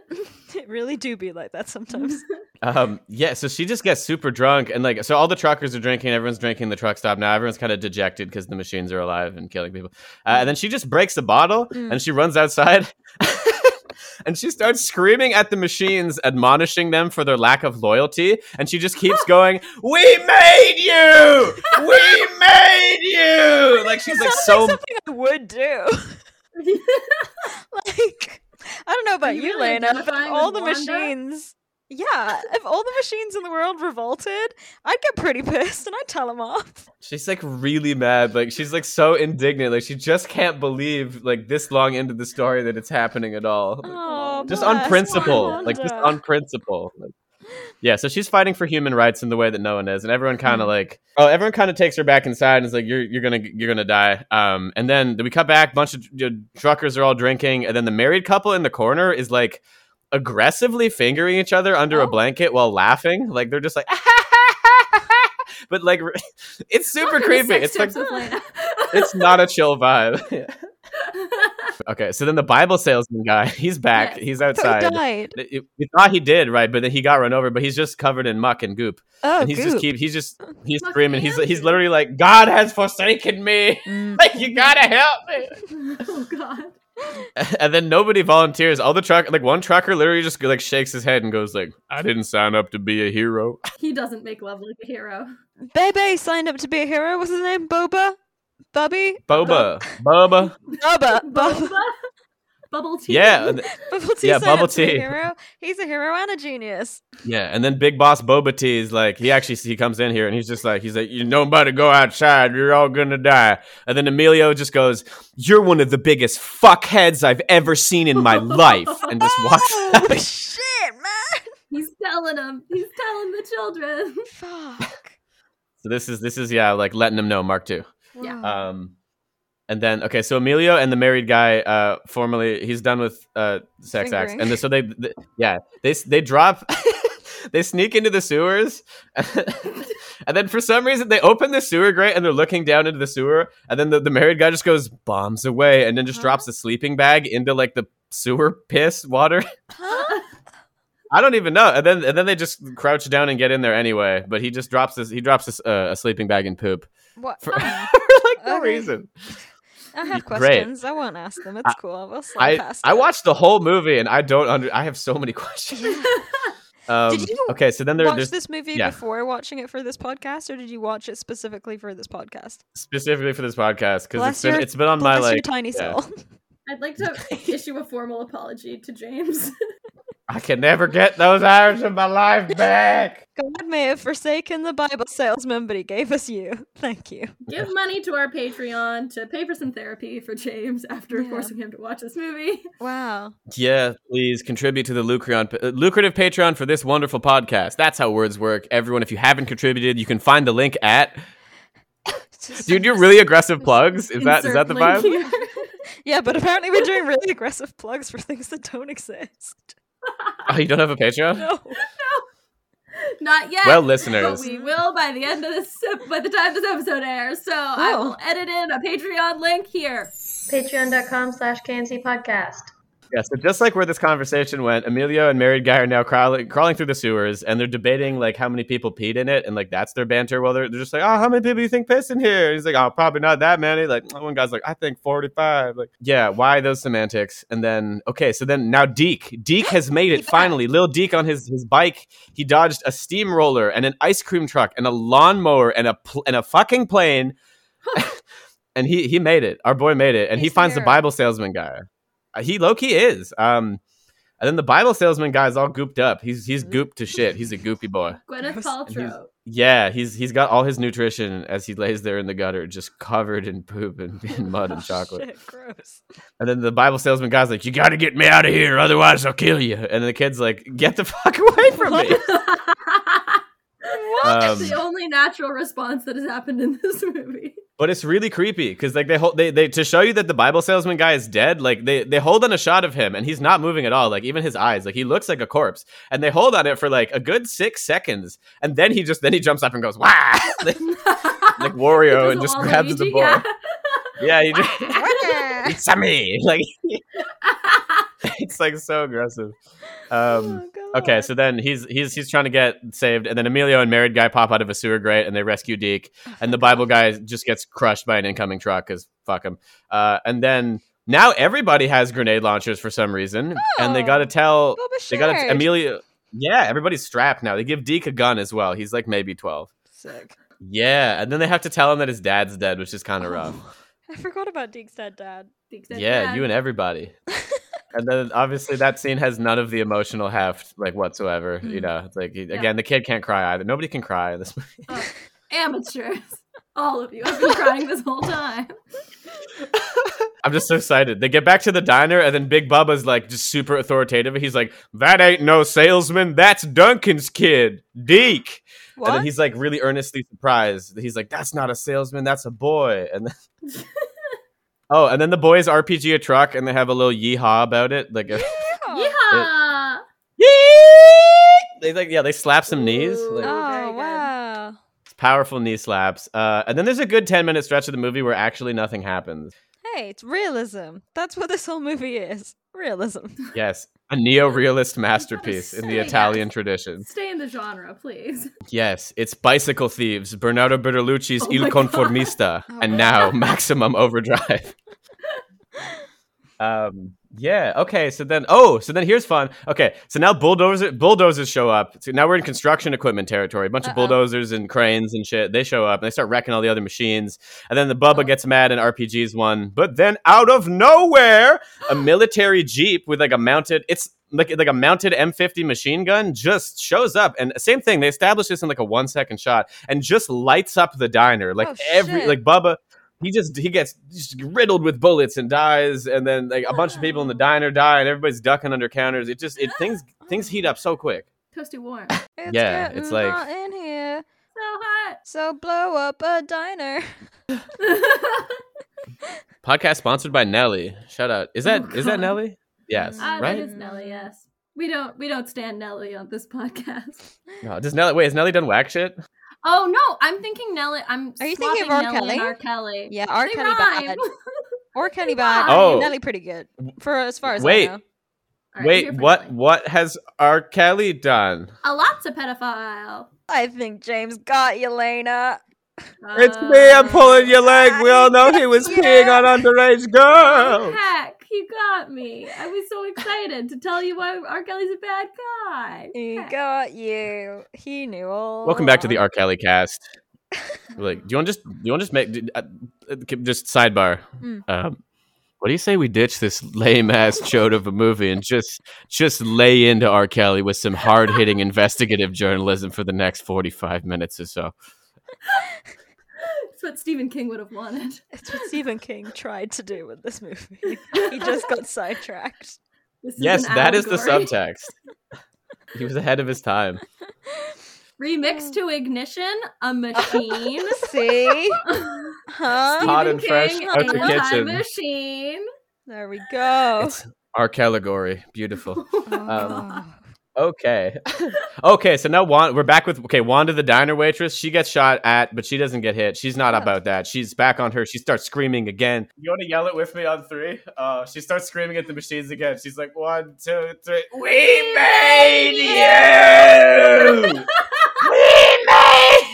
S3: It really do be like that sometimes.
S5: Um, yeah, so she just gets super drunk, and like so all the truckers are drinking, everyone's drinking in the truck stop now. Everyone's kind of dejected because the machines are alive and killing people. Uh, and then she just breaks the bottle
S3: Mm.
S5: and she runs outside. And she starts screaming at the machines, admonishing them for their lack of loyalty. And she just keeps going, We made you! We made you! Like, she's like
S3: Sounds
S5: so.
S3: like something I would do. like I don't know about
S4: you
S3: you,
S4: really
S3: Lena, but if
S4: identifying
S3: all
S4: with
S3: the
S4: Wanda?
S3: machines. Yeah, if all the machines in the world revolted, I'd get pretty pissed and I'd tell them off.
S5: She's like really mad. Like she's like so indignant. Like she just can't believe like this long into the story that it's happening at all. Like,
S3: Oh,
S5: just
S3: bless,
S5: on
S3: poor
S5: principle. Like just
S3: Wanda.
S5: on principle. Like, yeah, so she's fighting for human rights in the way that no one is, and everyone
S4: Mm-hmm.
S5: kind of like, oh, everyone kind of takes her back inside and is like, you're you're gonna you're gonna die. Um, and then we cut back, bunch of you know, truckers are all drinking, and then the married couple in the corner is like aggressively fingering each other
S4: Oh.
S5: under a blanket while laughing. Like they're just like, but like it's super
S4: Welcome to
S5: creepy.
S4: Sex
S5: It's like
S4: Tips with Lena.
S5: it's not a chill vibe. okay, so then the Bible salesman guy, he's back.
S4: Yes.
S5: He's
S3: I thought
S5: outside.
S3: he died.
S5: It- it- We thought he did, right? But then he got run over. But he's just covered in muck and goop,
S3: Oh,
S5: and he's just
S3: goop.
S5: keep he's just he's
S4: Muck
S5: screaming. He's
S4: and
S5: he's
S4: goop.
S5: literally like, God has forsaken me.
S3: Mm.
S5: Like you gotta help me.
S4: oh God!
S5: And then nobody volunteers. All the truck like one trucker literally just like shakes his head and goes like, I didn't sign up to be a hero.
S4: He doesn't make love like a hero.
S3: Bebe signed up to be a hero. What's his name? Boba, Bubby,
S5: Boba, Boba.
S3: Bubba, Bubba.
S4: Boba, bubble tea.
S5: Yeah, and-
S3: Bubble tea.
S5: Yeah,
S3: signed up
S5: Bubble
S3: to be a
S5: Tea.
S3: hero. He's a hero and a genius.
S5: Yeah, and then Big Boss Boba Tea is like, he actually he comes in here and he's just like, he's like, you nobody go outside, you're all gonna die. And then Emilio just goes, "You're one of the biggest fuckheads I've ever seen in my life," and just walks.
S3: Oh
S5: out.
S3: shit, man!
S4: He's telling them. He's telling the children.
S3: Fuck.
S5: So this is this is yeah, like letting him know, Mark too.
S4: Yeah.
S3: Wow.
S5: Um, and then okay, so Emilio and the married guy, uh, formerly he's done with uh sex acts,
S3: Fingering.
S5: and then- so they, th yeah, they s- they drop, they sneak into the sewers, and then for some reason they open the sewer grate and they're looking down into the sewer, and then the, the married guy just goes bombs away, and then just
S3: Huh?
S5: drops the sleeping bag into like the sewer piss water.
S3: Huh?
S5: I don't even know, and then and then they just crouch down and get in there anyway. But he just drops this, he drops this, uh, a sleeping bag in poop
S3: What?
S5: for, for
S3: Oh.
S5: like no
S3: Okay.
S5: reason.
S3: I have
S5: Great.
S3: questions. I won't ask them. It's cool. We'll slide
S5: I,
S3: past
S5: I
S3: it.
S5: watched the whole movie and I don't under I have so many questions.
S3: Yeah.
S5: Um,
S3: Did you
S5: okay, so then there,
S3: Watch
S5: there's
S3: this movie
S5: yeah.
S3: before watching it for this podcast, or did you watch it specifically for this podcast?
S5: specifically for this podcast because
S3: Bless
S5: it's been
S3: your-
S5: it's been on my
S3: Bless your
S5: like
S3: tiny
S5: yeah.
S3: soul.
S4: I'd like to issue a formal apology to James.
S5: I can never get those hours of my life back.
S3: God may have forsaken the Bible salesman, but he gave us you. Thank you.
S4: Give money to our Patreon to pay for some therapy for James after
S3: Yeah.
S4: forcing him to watch this movie.
S3: Wow.
S5: yeah, please contribute to the Lucreon, uh, lucrative Patreon for this wonderful podcast. That's how words work. Everyone, if you haven't contributed, you can find the link at. Dude, you're really aggressive plugs. Is that is that the
S4: Insert
S5: vibe?
S4: link here.
S3: Yeah, but apparently we're doing really aggressive plugs for things that don't exist.
S5: Oh, you don't have a Patreon?
S3: No.
S4: Not yet.
S5: Well,
S4: But
S5: listeners,
S4: we will by the end of this, by the time this episode airs. So I
S3: Oh.
S4: will edit in a Patreon link here.
S7: Patreon.com slash KNC podcast.
S5: Yeah, so just like where this conversation went, Emilio and married guy are now crawling, crawling through the sewers, and they're debating like how many people peed in it, and like that's their banter. Well, they're, they're just like, oh, how many people you think pissed in here? And he's like, oh, probably not that many. Like one guy's like, I think forty-five. Like, yeah, why those semantics? And then okay, so then now Deke, Deke has made it finally. Lil Deke on his his bike, he dodged a steamroller and an ice cream truck and a lawnmower and a pl- and a fucking plane, and he he made it. Our boy made it, and he
S3: He's
S5: finds the
S3: there.
S5: Bible salesman guy. Uh, He low key is. Um, And then the Bible salesman guy's all gooped up. He's he's gooped to shit. He's a goopy boy.
S4: Gwyneth
S5: And he's-
S4: Paltrow.
S5: Yeah, he's he's got all his nutrition as he lays there in the gutter, just covered in poop and, and mud and chocolate.
S3: Oh, Shit, gross.
S5: And then the Bible salesman guy's like, "You got to get me out of here, otherwise I'll kill you." And the kid's like, "Get the fuck away from me!"
S4: That's
S5: Um,
S4: the only natural response that has happened in this movie.
S5: But it's really creepy because like they hold they, they to show you that the Bible salesman guy is dead. Like they they hold on a shot of him and he's not moving at all. Like even his eyes, like he looks like a corpse. And they hold on it for like a good six seconds, and then he just then he jumps up and goes wah like, like Wario and
S4: Does
S5: just
S4: Waluigi-
S5: grabs the ball.
S4: yeah.
S5: Yeah, he just it's me like it's like so aggressive. Um,
S3: Oh,
S5: Okay, so then he's he's he's trying to get saved, and then Emilio and married guy pop out of a sewer grate, and they rescue Deke, and the Bible guy just gets crushed by an incoming truck because fuck him. Uh, and then now everybody has grenade launchers for some reason, and they
S3: Oh.
S5: got to tell
S3: Boba
S5: they got
S3: Shard.
S5: to Emilio. Yeah, everybody's strapped now. They give Deke a gun as well. He's like maybe twelve.
S3: Sick.
S5: Yeah, and then they have to tell him that his dad's dead, which is kind of rough.
S3: I forgot about Deke's dead dad.
S5: yeah, you and everybody. and then obviously that scene has none of the emotional heft, like whatsoever. You
S3: Mm.
S5: know, it's like again, the kid can't cry either. Nobody can cry in this movie.
S4: amateurs. All of you. I've been crying this whole time.
S5: I'm just so excited. They get back to the diner, and then Big Bubba's like just super authoritative. He's like, "That ain't no salesman. That's Duncan's kid, Deke." And
S3: What?
S5: then he's like really earnestly surprised. He's like, "That's not a salesman. That's a boy." And then. Oh, and then the boys RPG a truck and they have a little yeehaw about it. Like, a,
S3: Oh,
S4: Yeah.
S5: they like, yeah, they slap some knees.
S4: Ooh.
S5: Like,
S4: Very
S3: oh
S4: good.
S3: wow.
S5: powerful knee slaps. Uh, and then there's a good 10 minute stretch of the movie where actually nothing happens.
S3: Hey, it's realism. That's what this whole movie is. Realism.
S5: Yes, a neo realist masterpiece in the
S4: say,
S5: Italian
S4: yes.
S5: tradition.
S4: Stay in the genre, please.
S5: Yes, it's Bicycle Thieves, Bernardo Bertolucci's
S4: Oh
S5: Il
S4: my God.
S5: Conformista,
S3: Oh
S5: and
S3: my
S5: now Maximum Overdrive. um, yeah, okay, so then, oh, so then here's fun. Okay, so now bulldozers, bulldozers show up. So now we're in construction equipment territory. A bunch of
S3: Uh-oh.
S5: bulldozers and cranes and shit. They show up and they start wrecking all the other machines. And then the
S4: Oh.
S5: Bubba gets mad and RPGs one. But then out of nowhere, a military jeep with like a mounted it's like like a mounted M50 machine gun just shows up and same thing they establish this in like a 1 second shot and just lights up the diner like
S3: Oh,
S5: every
S3: shit.
S5: like Bubba he just he gets just riddled with bullets and dies and then like a bunch of people in the diner die and everybody's ducking under counters it just it things things heat up so quick
S4: Toasty warm.
S3: It's
S5: Yeah, it's
S3: getting
S5: like-
S3: hot in here.
S4: So
S3: So blow up a diner.
S4: hot.
S5: podcast sponsored by Nelly shout out is that is
S4: Oh,
S5: that
S4: God.
S5: Nelly yes
S3: Uh,
S4: Ah,
S5: right
S4: That is Nelly. Yes, we don't we don't stand Nelly on this podcast.
S5: no, does Nelly wait has Nelly done whack shit
S4: Oh no, I'm thinking Nelly. I'm
S3: Are you
S4: swapping
S3: thinking of R.
S4: Nelly and
S3: Kelly?
S4: R. Kelly.
S3: Yeah, R.
S4: They
S3: Kelly
S4: rhyme.
S3: bad.
S4: All
S3: Or Kelly bad.
S5: Oh.
S3: Nelly pretty good. For as far as
S5: Wait.
S3: I know.
S4: right, here
S5: wait
S4: for
S5: what
S4: Nelly.
S5: what has R Kelly done
S4: A lot's a pedophile.
S3: I think James got you, Lena.
S5: It's
S4: Uh,
S5: me, I'm pulling your leg. We all know he was peeing on underage girls.
S4: Heck, you got me. I was so excited to tell you why R. Kelly's a bad guy.
S3: He
S4: Heck.
S3: got you. He knew all.
S5: Welcome back to the
S3: along.
S5: R. Kelly cast. Like, do you want just do you want just make did- uh, uh, just sidebar?
S3: Mm.
S5: Um, what do you say we ditch this lame ass chode of a movie and just just lay into R. Kelly with some hard hitting investigative journalism for the next forty five minutes or so?
S4: It's what Stephen King would have wanted.
S3: It's what Stephen King tried to do with this movie. he just got sidetracked.
S4: This is
S5: yes,
S4: an
S5: that is the
S4: allegory.
S5: subtext. he was ahead of his time.
S4: Remix to ignition, a machine.
S3: See? Huh?
S5: Hot
S4: Stephen
S5: and fresh
S4: King
S5: out the
S4: and Time
S5: kitchen.
S4: Machine.
S3: There we
S4: Oh.
S3: go.
S5: It's um, R. Kellegory, beautiful.
S3: Oh.
S5: Okay. okay, so now Wan- we're back with okay, Wanda the diner waitress. She gets shot at, but she doesn't get hit. She's not
S3: Oh.
S5: about that. She's back on her. She starts screaming again. You want to yell it with me on three? Uh, she starts screaming at the machines again. She's like, one, two, three. We made you. we made.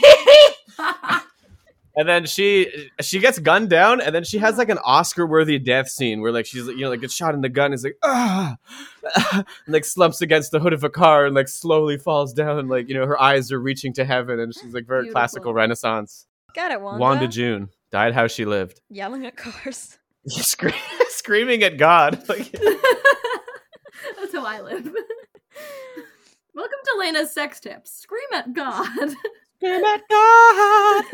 S5: And then she she gets gunned down, and then she has like an Oscar-worthy death scene where like she's you know like gets shot in the gun, is like ah, and, like slumps against the hood of a car and like slowly falls down, and, like you know her eyes are reaching to heaven, and she's like very
S4: Beautiful.
S5: classical Renaissance.
S3: Got it, Wanda.
S5: Wanda, June died how she lived,
S3: Yelling at cars.
S5: Scre- screaming at God. Like,
S4: That's how I live. Welcome to Lena's sex tips. Scream at God.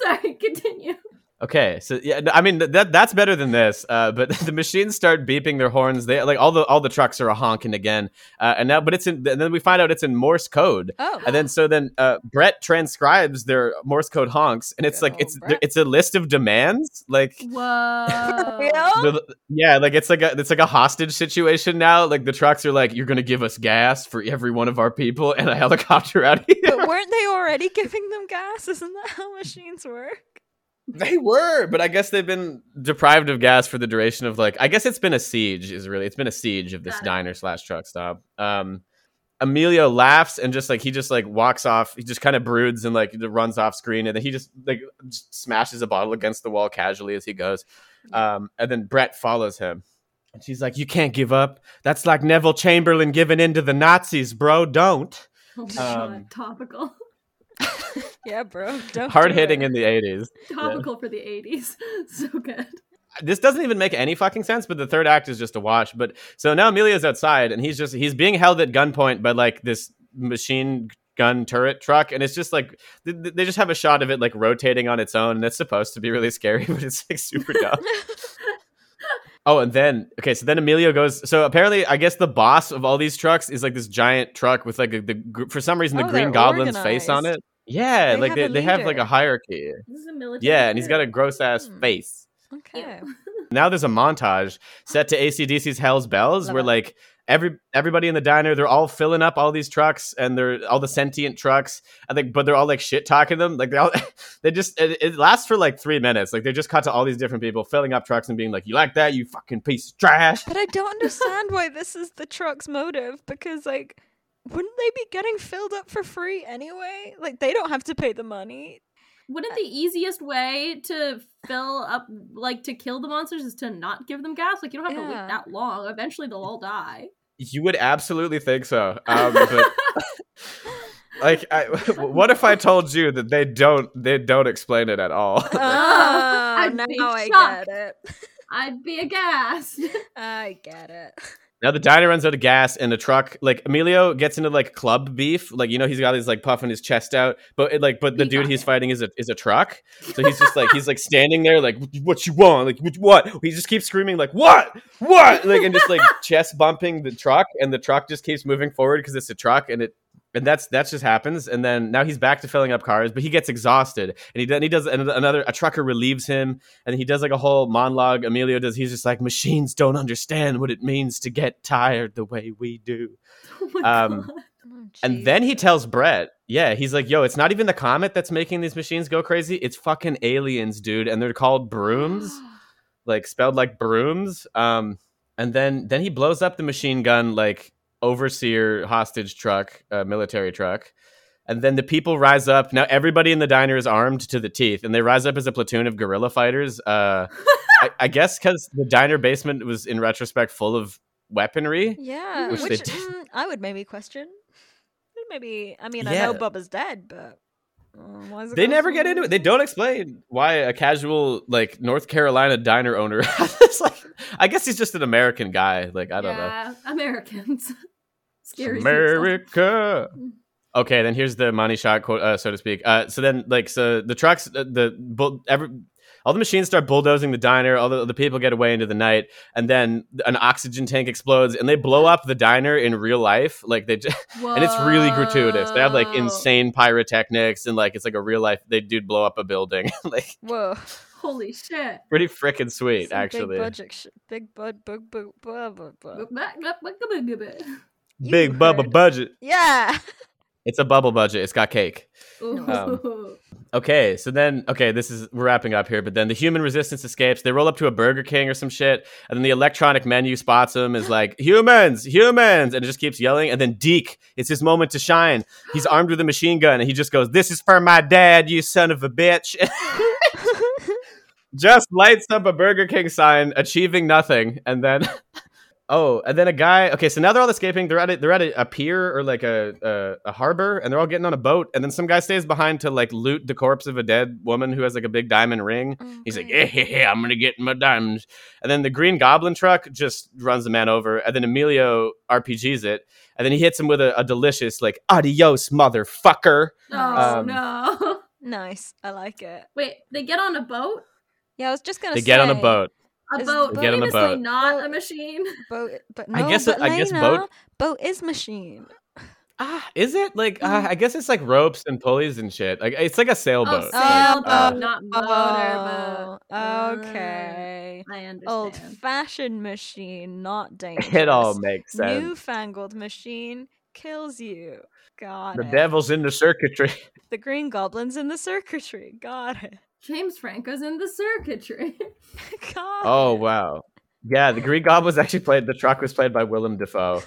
S4: Sorry, continue.
S5: Okay, so yeah, I mean th- that that's better than this. Uh, but the machines start beeping their horns. They like all the all the trucks are honking again. Uh, and now, but it's in. And then we find out it's in Morse code.
S3: Oh,
S5: And then so then uh, Brett transcribes their Morse code honks, and it's
S3: Good
S5: like
S3: old
S5: it's
S3: Brett.
S5: it's a list of demands. Like
S3: Oh.
S4: Whoa.
S3: real?
S5: the- yeah, like it's like a it's like a hostage situation now. Like the trucks are like, you're gonna give us gas for every one of our people and a helicopter out here.
S3: But weren't they already giving them gas? Isn't that how machines work?
S5: They were, but I guess they've been deprived of gas for the duration of like I guess it's been a siege is really it's been a siege of this
S4: Got it.
S5: diner slash truck stop. Um Emilio laughs and just like he just like walks off. He just kind of broods and like runs off screen, and then he just like just smashes a bottle against the wall casually as he goes.
S4: Mm-hmm.
S5: Um, and then Brett follows him, and she's like, "You can't give up. That's like Neville Chamberlain giving in to the Nazis, bro. Don't."
S4: Oh my
S5: Um,
S4: god, topical.
S3: Yeah, bro. Don't
S5: Hard hitting in the '80s.
S4: Topical for the 80s. So good.
S5: this doesn't even make any fucking sense but the third act is just a wash but so now amelia's outside and he's just he's being held at gunpoint by like this machine gun turret truck and it's just like th- th- they just have a shot of it like rotating on its own and it's supposed to be really scary but it's like super dumb oh and then okay so then emilio goes so apparently i guess the boss of all these trucks is like this giant truck with like a, the gr- for some reason the
S3: Oh,
S5: green
S3: they're
S5: goblin's face on
S3: organized.
S5: it yeah
S3: They
S5: like
S3: have
S5: they,
S3: a
S5: they have like
S3: leader.
S5: a hierarchy
S4: This is a military.
S5: yeah and he's got a
S4: coup.
S5: gross ass
S3: Hmm.
S5: face
S3: Okay.
S5: now there's a montage set to ACDC's Hell's Bells
S3: Love
S5: where
S3: it.
S5: like every everybody in the diner they're all filling up all these trucks and they're all the sentient trucks I think but they're all like shit talking them like they all they just it, it lasts for like 3 minutes like they're just cut to all these different people filling up trucks and being like you like that you fucking piece of trash
S3: But I don't understand why this is the truck's motive because, like, wouldn't they be getting filled up for free anyway? Like, they don't have to pay the money.
S4: Wouldn't the easiest way to fill up, like to kill the monsters, is to not give them gas? Like you don't have to
S3: Yeah.
S4: wait that long. Eventually, they'll all die.
S5: you would absolutely think so um, but like I, what if I told you that they don't they don't explain it at all
S3: Oh,
S4: I'd
S3: now
S4: be
S3: I
S4: shocked.
S3: get it.
S4: I'd be aghast.
S3: I get it.
S5: Now the diner runs out of gas and the truck like Emilio gets into like club beef. Like you know he's got his like puffing his chest out, but it, like but the
S4: Beef
S5: dude
S4: out.
S5: he's fighting is a is a truck. So he's just like he's like standing there like what you want? Like what- what? He just keeps screaming like what? What? Like and just like chest bumping the truck and the truck just keeps moving forward cuz it's a truck and it and that's that's just happens and then now he's back to filling up cars but he gets exhausted and he then he does an- another a trucker relieves him and he does like a whole monologue emilio does he's just like machines don't understand what it means to get tired the way we do
S4: Oh my
S5: Um,
S4: God.
S3: Oh,
S5: and then he
S3: Jesus.
S5: tells brett yeah he's like yo it's not even the comet that's making these machines go crazy it's fucking aliens dude and they're called brooms like spelled like brooms um and then then he blows up the machine gun like overseer hostage truck uh, military truck and then the people rise up now everybody in the diner is armed to the teeth and they rise up as a platoon of guerrilla fighters uh I, I guess because the diner basement was in retrospect full of weaponry
S3: Yeah,
S5: Which
S3: which,
S5: they did.
S3: mm, I would maybe question. Maybe I mean I
S5: Yeah.
S3: know Bubba's dead, but um, why is it
S5: they
S3: called
S5: never get into it they don't explain why a casual like north carolina diner owner it's like i guess he's just an american guy like i don't know
S4: yeah, Americans. Scary. people.
S5: America.
S3: Mm-hmm.
S4: Mm.
S5: Okay, then here's the money shot, quote, uh, so to speak. Uh, so then, like, so the trucks, uh, the bull, every, all the machines start bulldozing the diner. All the, the people get away into the night, and then an oxygen tank explodes, and they blow up the diner in real life. Like they, just, and it's really gratuitous. They have like
S3: Oh.
S4: Whoa.
S5: insane pyrotechnics, and like it's like a real life. They do blow up a building. like
S3: Whoa!
S4: Holy shit.
S5: pretty freaking sweet,
S3: some
S5: actually.
S3: big budget, sh- big bud, bug, bug, blah, blah, blah. You
S5: Big bubble
S3: heard.
S5: budget.
S3: Yeah.
S5: It's a bubble budget. It's got cake. Um,
S4: Ooh.
S5: Okay, so then okay, this is we're wrapping up here, but then the human resistance escapes. They roll up to a Burger King or some shit, and then the electronic menu spots him is like humans, humans, and it just keeps yelling. And then Deke, it's his moment to shine. He's armed with a machine gun, and he just goes, "This is for my dad, you son of a bitch." just lights up a Burger King sign, achieving nothing, and then Oh, and then a guy. Okay, so now they're all escaping. They're at a, they're at a, a pier or like a, a a harbor, and they're all getting on a boat. And then some guy stays behind to like loot the corpse of a dead woman who has like a big diamond ring. He's like,
S3: Mm-hmm.
S5: eh, heh, heh, I'm gonna get my diamonds. And then the Green Goblin truck just runs the man over, and then Emilio RPGs it, and then he hits him with a, a delicious like, adios, motherfucker.
S4: Oh
S5: Um,
S4: no!
S3: Nice. I like it.
S4: Wait, they get on a boat.
S3: Yeah, I was just gonna
S5: They get on a
S3: say,
S5: boat.
S4: A
S3: Is
S4: boat,
S5: the Get on a
S4: famously
S5: boat.
S4: not a machine.
S3: Boat, but
S5: I
S3: no,
S5: guess-
S3: but
S5: I guess
S3: Lena,
S5: boat-
S3: boat is machine.
S5: Ah, is it like?
S4: Mm.
S5: ah, I guess it's like ropes and pulleys and shit. Like it's like a sailboat.
S4: Oh,
S5: Like,
S4: sailboat,
S5: uh,
S4: not motorboat.
S3: Oh, okay.
S4: I Mm-hmm. understand.
S3: Old fashioned machine, not dangerous.
S5: it all makes sense.
S3: Newfangled machine kills you. Got
S5: the
S3: it.
S5: devil's in the circuitry.
S3: The green goblin's in the circuitry. Got it.
S4: James Franco's in the circuitry.
S3: Got
S5: Oh
S3: it.
S5: wow. Yeah, the Green Goblin was actually played. The truck was played by Willem Dafoe,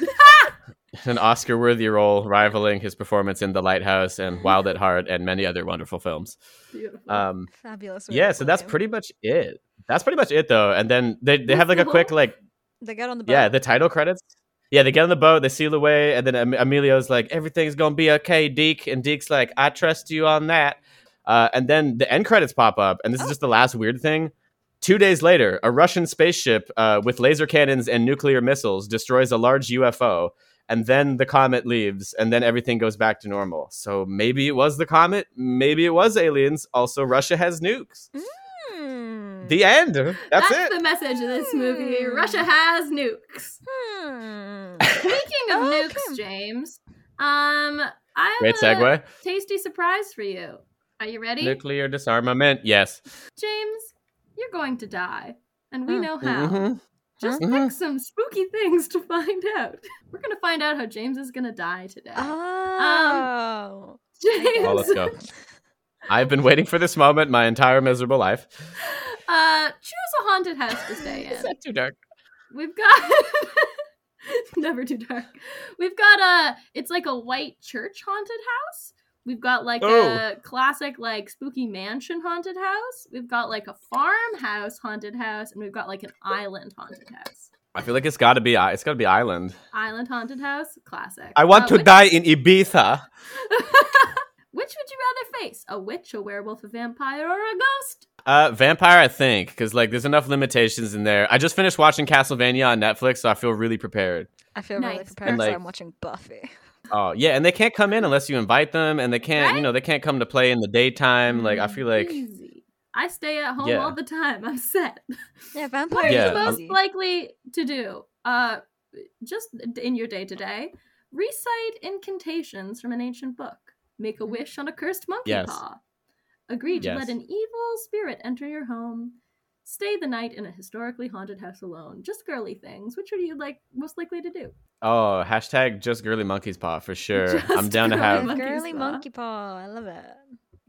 S5: an Oscar-worthy role rivaling his performance in The Lighthouse and Wild at Heart and many other wonderful films.
S4: Beautiful.
S5: Um,
S3: Fabulous.
S5: yeah,
S3: work,
S5: so that's
S3: William.
S5: pretty much it. That's pretty much it, though. And then they, they have
S4: That's
S5: like a
S4: the
S5: quick
S4: whole-
S5: like
S3: They got on the boat.
S5: yeah the title credits. Yeah, they get on the boat, they seal away, and then em- Emilio's like, "Everything's gonna be okay, Deke," and Deke's like, "I trust you on that." Uh, and then the end credits pop up, and this is just the last weird thing. Two days later, a Russian spaceship uh, with laser cannons and nuclear missiles destroys a large UFO, and then the comet leaves, and then everything goes back to normal. So maybe it was the comet, maybe it was aliens. Also, Russia has nukes.
S3: Hmm.
S5: The end. That's,
S4: That's,
S5: it.
S4: the message of this movie.
S3: Hmm.
S4: Russia has nukes. Oh,
S3: Hmm.
S4: Um, Speaking of
S3: Okay.
S4: nukes, James, um, I have
S5: Great
S4: a
S5: segue.
S4: tasty surprise for you. Are you ready,
S5: Nuclear disarmament. Yes.
S4: James? You're going to die, and we
S3: Mm.
S4: know how.
S5: Mhm.
S4: Just
S5: Mhm.
S4: pick some spooky things to find out. We're gonna find out how James is gonna die today.
S3: Oh.
S4: James,
S5: Well, let's go. I've been waiting for this moment my entire miserable life.
S4: uh, choose a haunted house to stay in.
S5: Is that too dark?
S4: We've got never too dark. We've got a it's like a white church haunted house. We've got like
S5: Oh.
S4: a classic like spooky mansion haunted house. We've got like a farmhouse haunted house, and we've got like an island haunted house.
S5: I feel like it's got to be uh, it's got to be island.
S4: Island haunted house, classic.
S5: I want
S4: Uh,
S5: to
S4: which-
S5: die in Ibiza.
S4: Which would you rather face? A witch, a werewolf, a vampire, or a ghost?
S5: Uh, vampire, I think, because like there's enough limitations in there. I just finished watching Castlevania on Netflix, so I feel really prepared.
S3: I feel really
S4: Nice.
S3: prepared,
S5: And,
S3: so
S5: like-
S3: I'm watching Buffy.
S5: Oh yeah, and they can't come in unless you invite them, and they can't, you know, they can't come to play in the daytime. Like I feel like
S4: Easy. I stay at home
S5: Yeah.
S4: all the time. I'm set.
S3: Yeah,
S4: What
S3: vampires
S4: are
S5: Yeah, um,
S4: you most
S3: easy.
S4: likely to do? Uh, just in your day to day, recite incantations from an ancient book. Make a wish on a cursed monkey
S5: Yes.
S4: paw. Agree to
S5: Yes.
S4: let an evil spirit enter your home. Stay the night in a historically haunted house alone. Just girly things. Which are you like most likely to do?
S5: oh hashtag just girly monkey's paw for sure. I'm
S4: Just
S5: down to
S4: girly
S5: have.
S4: monkey- Monkey's
S3: Girly
S4: paw.
S3: monkey paw. I love it.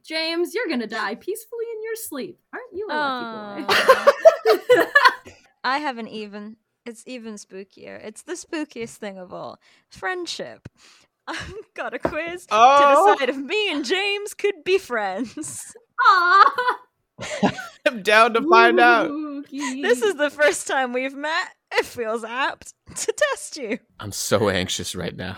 S4: James, you're gonna die peacefully in your sleep. Aren't you a lucky boy?
S3: Aw. I have an even. It's even spookier. It's the spookiest thing of all. Friendship. I've got a quiz
S5: Oh,
S3: to decide if me and James could be friends.
S4: Aw.
S5: I'm down to find out.
S4: Spooky.
S3: This is the first time we've met. It feels apt to test you.
S5: I'm so anxious right now.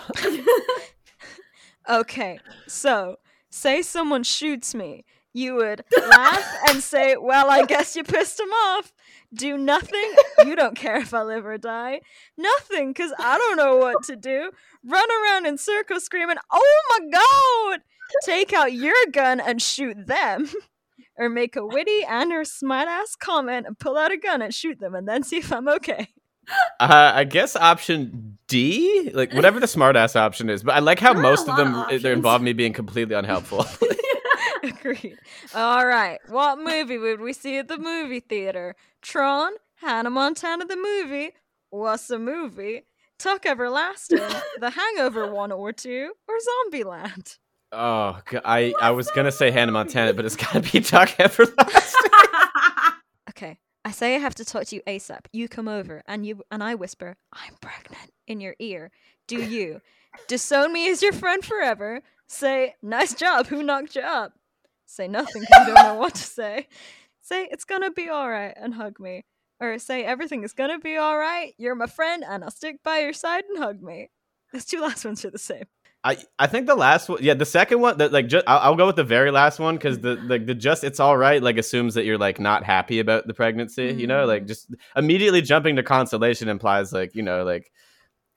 S3: Okay, so say someone shoots me. You would laugh and say, Well, I guess you pissed him off. Do nothing. You don't care if I live or die. Nothing, because I don't know what to do. Run around in circles screaming, Oh my God! Take out your gun and shoot them. Or make a witty and or smart ass comment and pull out a gun and shoot them and then see if I'm okay.
S5: Uh, I guess option D, like whatever the smartass option is. But I like how
S4: There are a
S5: most of
S4: lot of
S5: them uh,
S4: options.
S5: they involve me being completely unhelpful.
S3: Agreed. All right. What movie would we see at the movie theater? Tron, Hannah Montana the movie, What's a movie? Tuck Everlasting, The Hangover One or Two, or Zombieland.
S5: oh, g- I I was gonna say Hannah Montana, but it's gotta be Doc Everlasting.
S3: Okay. I say I have to talk to you ASAP. You come over and you and I whisper, I'm pregnant in your ear. Do you disown me as your friend forever? Say, nice job, who knocked you up? Say nothing 'cause you don't know what to say. Say, it's gonna be alright and hug me. or say everything is gonna be all right. You're my friend, and I'll stick by your side and hug me. Those two last ones are the same.
S5: I, I think the last one, yeah, the second one, that like, ju- I'll, I'll go with the very last one because the like the just it's all right like assumes that you're like not happy about the pregnancy, you know,
S4: Mm.
S5: like just immediately jumping to consolation implies like you know like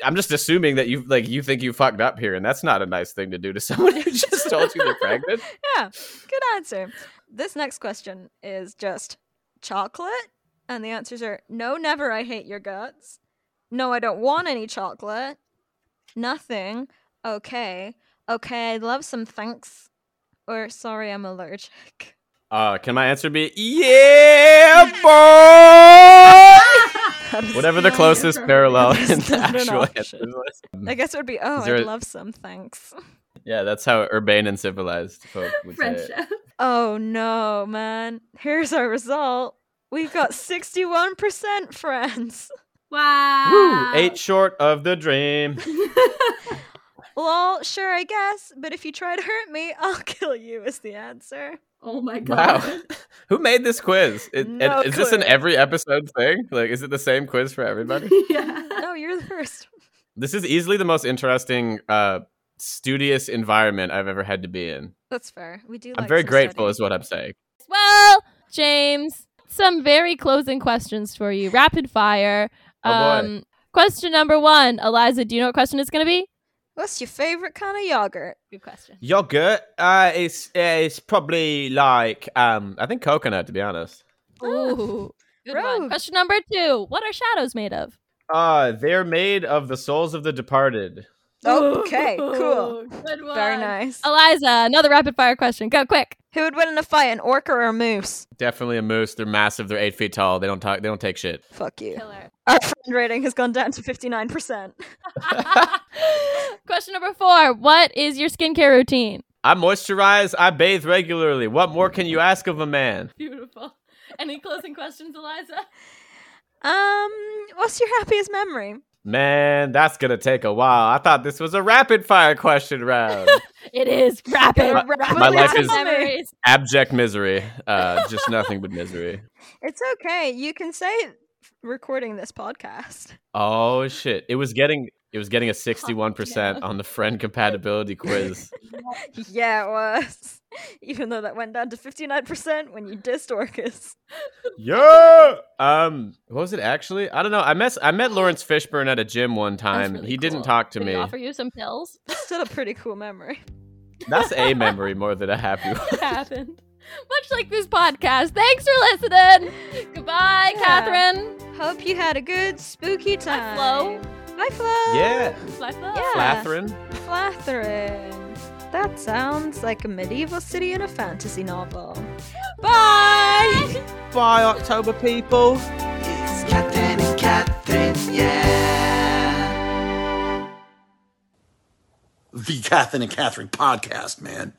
S5: I'm just assuming that you like you think you fucked up here, and that's not a nice thing to do to someone who just told you they're pregnant.
S3: Yeah, good answer. This next question is just chocolate, and the answers are no, never, I hate your guts. No, I don't want any chocolate. Nothing. Okay. Okay, I love some thanks. Or sorry, I'm allergic.
S5: Uh, can my answer be yeah,
S3: That is-
S5: boy? Whatever the closest parallel
S3: That is
S5: in the
S3: not an
S5: actual
S3: option.
S5: answer was.
S3: I guess it would be oh,
S5: there
S3: I
S5: a-
S3: love some thanks.
S5: Yeah, that's how urban and civilized folk would say it.
S4: Friendship.
S3: Oh no, man. Here's our result. We've got 61% friends.
S4: Wow.
S5: Woo!
S3: Ah.
S5: Eight short of the dream.
S3: Lol, sure, I guess, but if you try to hurt me, I'll kill you, is the answer.
S4: Oh my god.
S5: Wow. Who made this quiz? It, and
S3: No
S5: is this an
S3: clue.
S5: every episode thing? Like, is it the same quiz for everybody?
S4: yeah.
S3: No, you're the first.
S5: this is easily the most interesting, uh, studious environment I've ever had to be in.
S3: That's fair. We do.
S5: I'm
S3: like
S5: very
S3: to
S5: grateful,
S3: study.
S5: is what I'm saying.
S8: Well, James, some very closing questions for you. Rapid fire. Um,
S5: Oh, boy.
S8: question number one, Eliza. Do you know what question it's going to be?
S3: What's your favorite kind of yogurt?
S8: Good question.
S5: Yogurt, uh, it's it's probably like, um, I think coconut, to be honest.
S8: Ooh, good
S3: Rogue.
S8: one. Question number two, what are shadows made of?
S5: Uh, they're made of the souls of the departed.
S3: Oh, Okay, cool.
S4: Ooh, Good one.
S3: Very nice.
S8: Eliza, another rapid fire question. Go quick.
S3: Who would win in a fight, an orca or a moose?
S5: Definitely a moose. They're massive. They're eight feet tall. They don't talk. They don't take shit.
S3: Fuck you. Our friend rating has gone down to 59%.
S8: question number four, what is your skincare routine?
S5: I moisturize. I bathe regularly. What more can you ask of a man?
S8: Beautiful. Any closing questions, Eliza?
S3: Um, what's your happiest memory?
S5: Man, that's gonna take a while. I thought this was a rapid fire question round.
S8: It is rapid.
S5: My-
S8: rapid
S5: my life is-
S8: memories.
S5: Abject misery. Uh, just nothing but misery.
S3: It's okay. You can say recording this podcast.
S5: Oh shit! It was getting it was getting a sixty-one percent on the friend compatibility quiz.
S3: yeah, it was. Even though that went down to 59% when you dissed Orcus.
S5: Yeah. Um. What was it actually? I don't know. I met I met Lawrence Fishburne at a gym one
S8: That's
S5: time.
S8: really
S5: he didn't
S8: cool.
S5: talk to
S8: Did
S5: me.
S8: He offer you some pills.
S3: Still a pretty cool memory.
S5: That's a memory more than a happy one.
S8: It happened. Much like this podcast. Thanks for listening. Goodbye,
S3: Yeah.
S8: Catherine.
S3: Hope you had a good spooky time.
S8: Flo.
S3: Bye, Flo.
S5: Yeah.
S8: Bye, Flo.
S3: Yeah.
S5: Catherine.
S3: Flatherin. That sounds like a medieval city in a fantasy novel.
S8: Bye.
S5: Bye, October people.
S2: It's Captain and Catherine, yeah.
S1: The Catherine and Catherine podcast, man.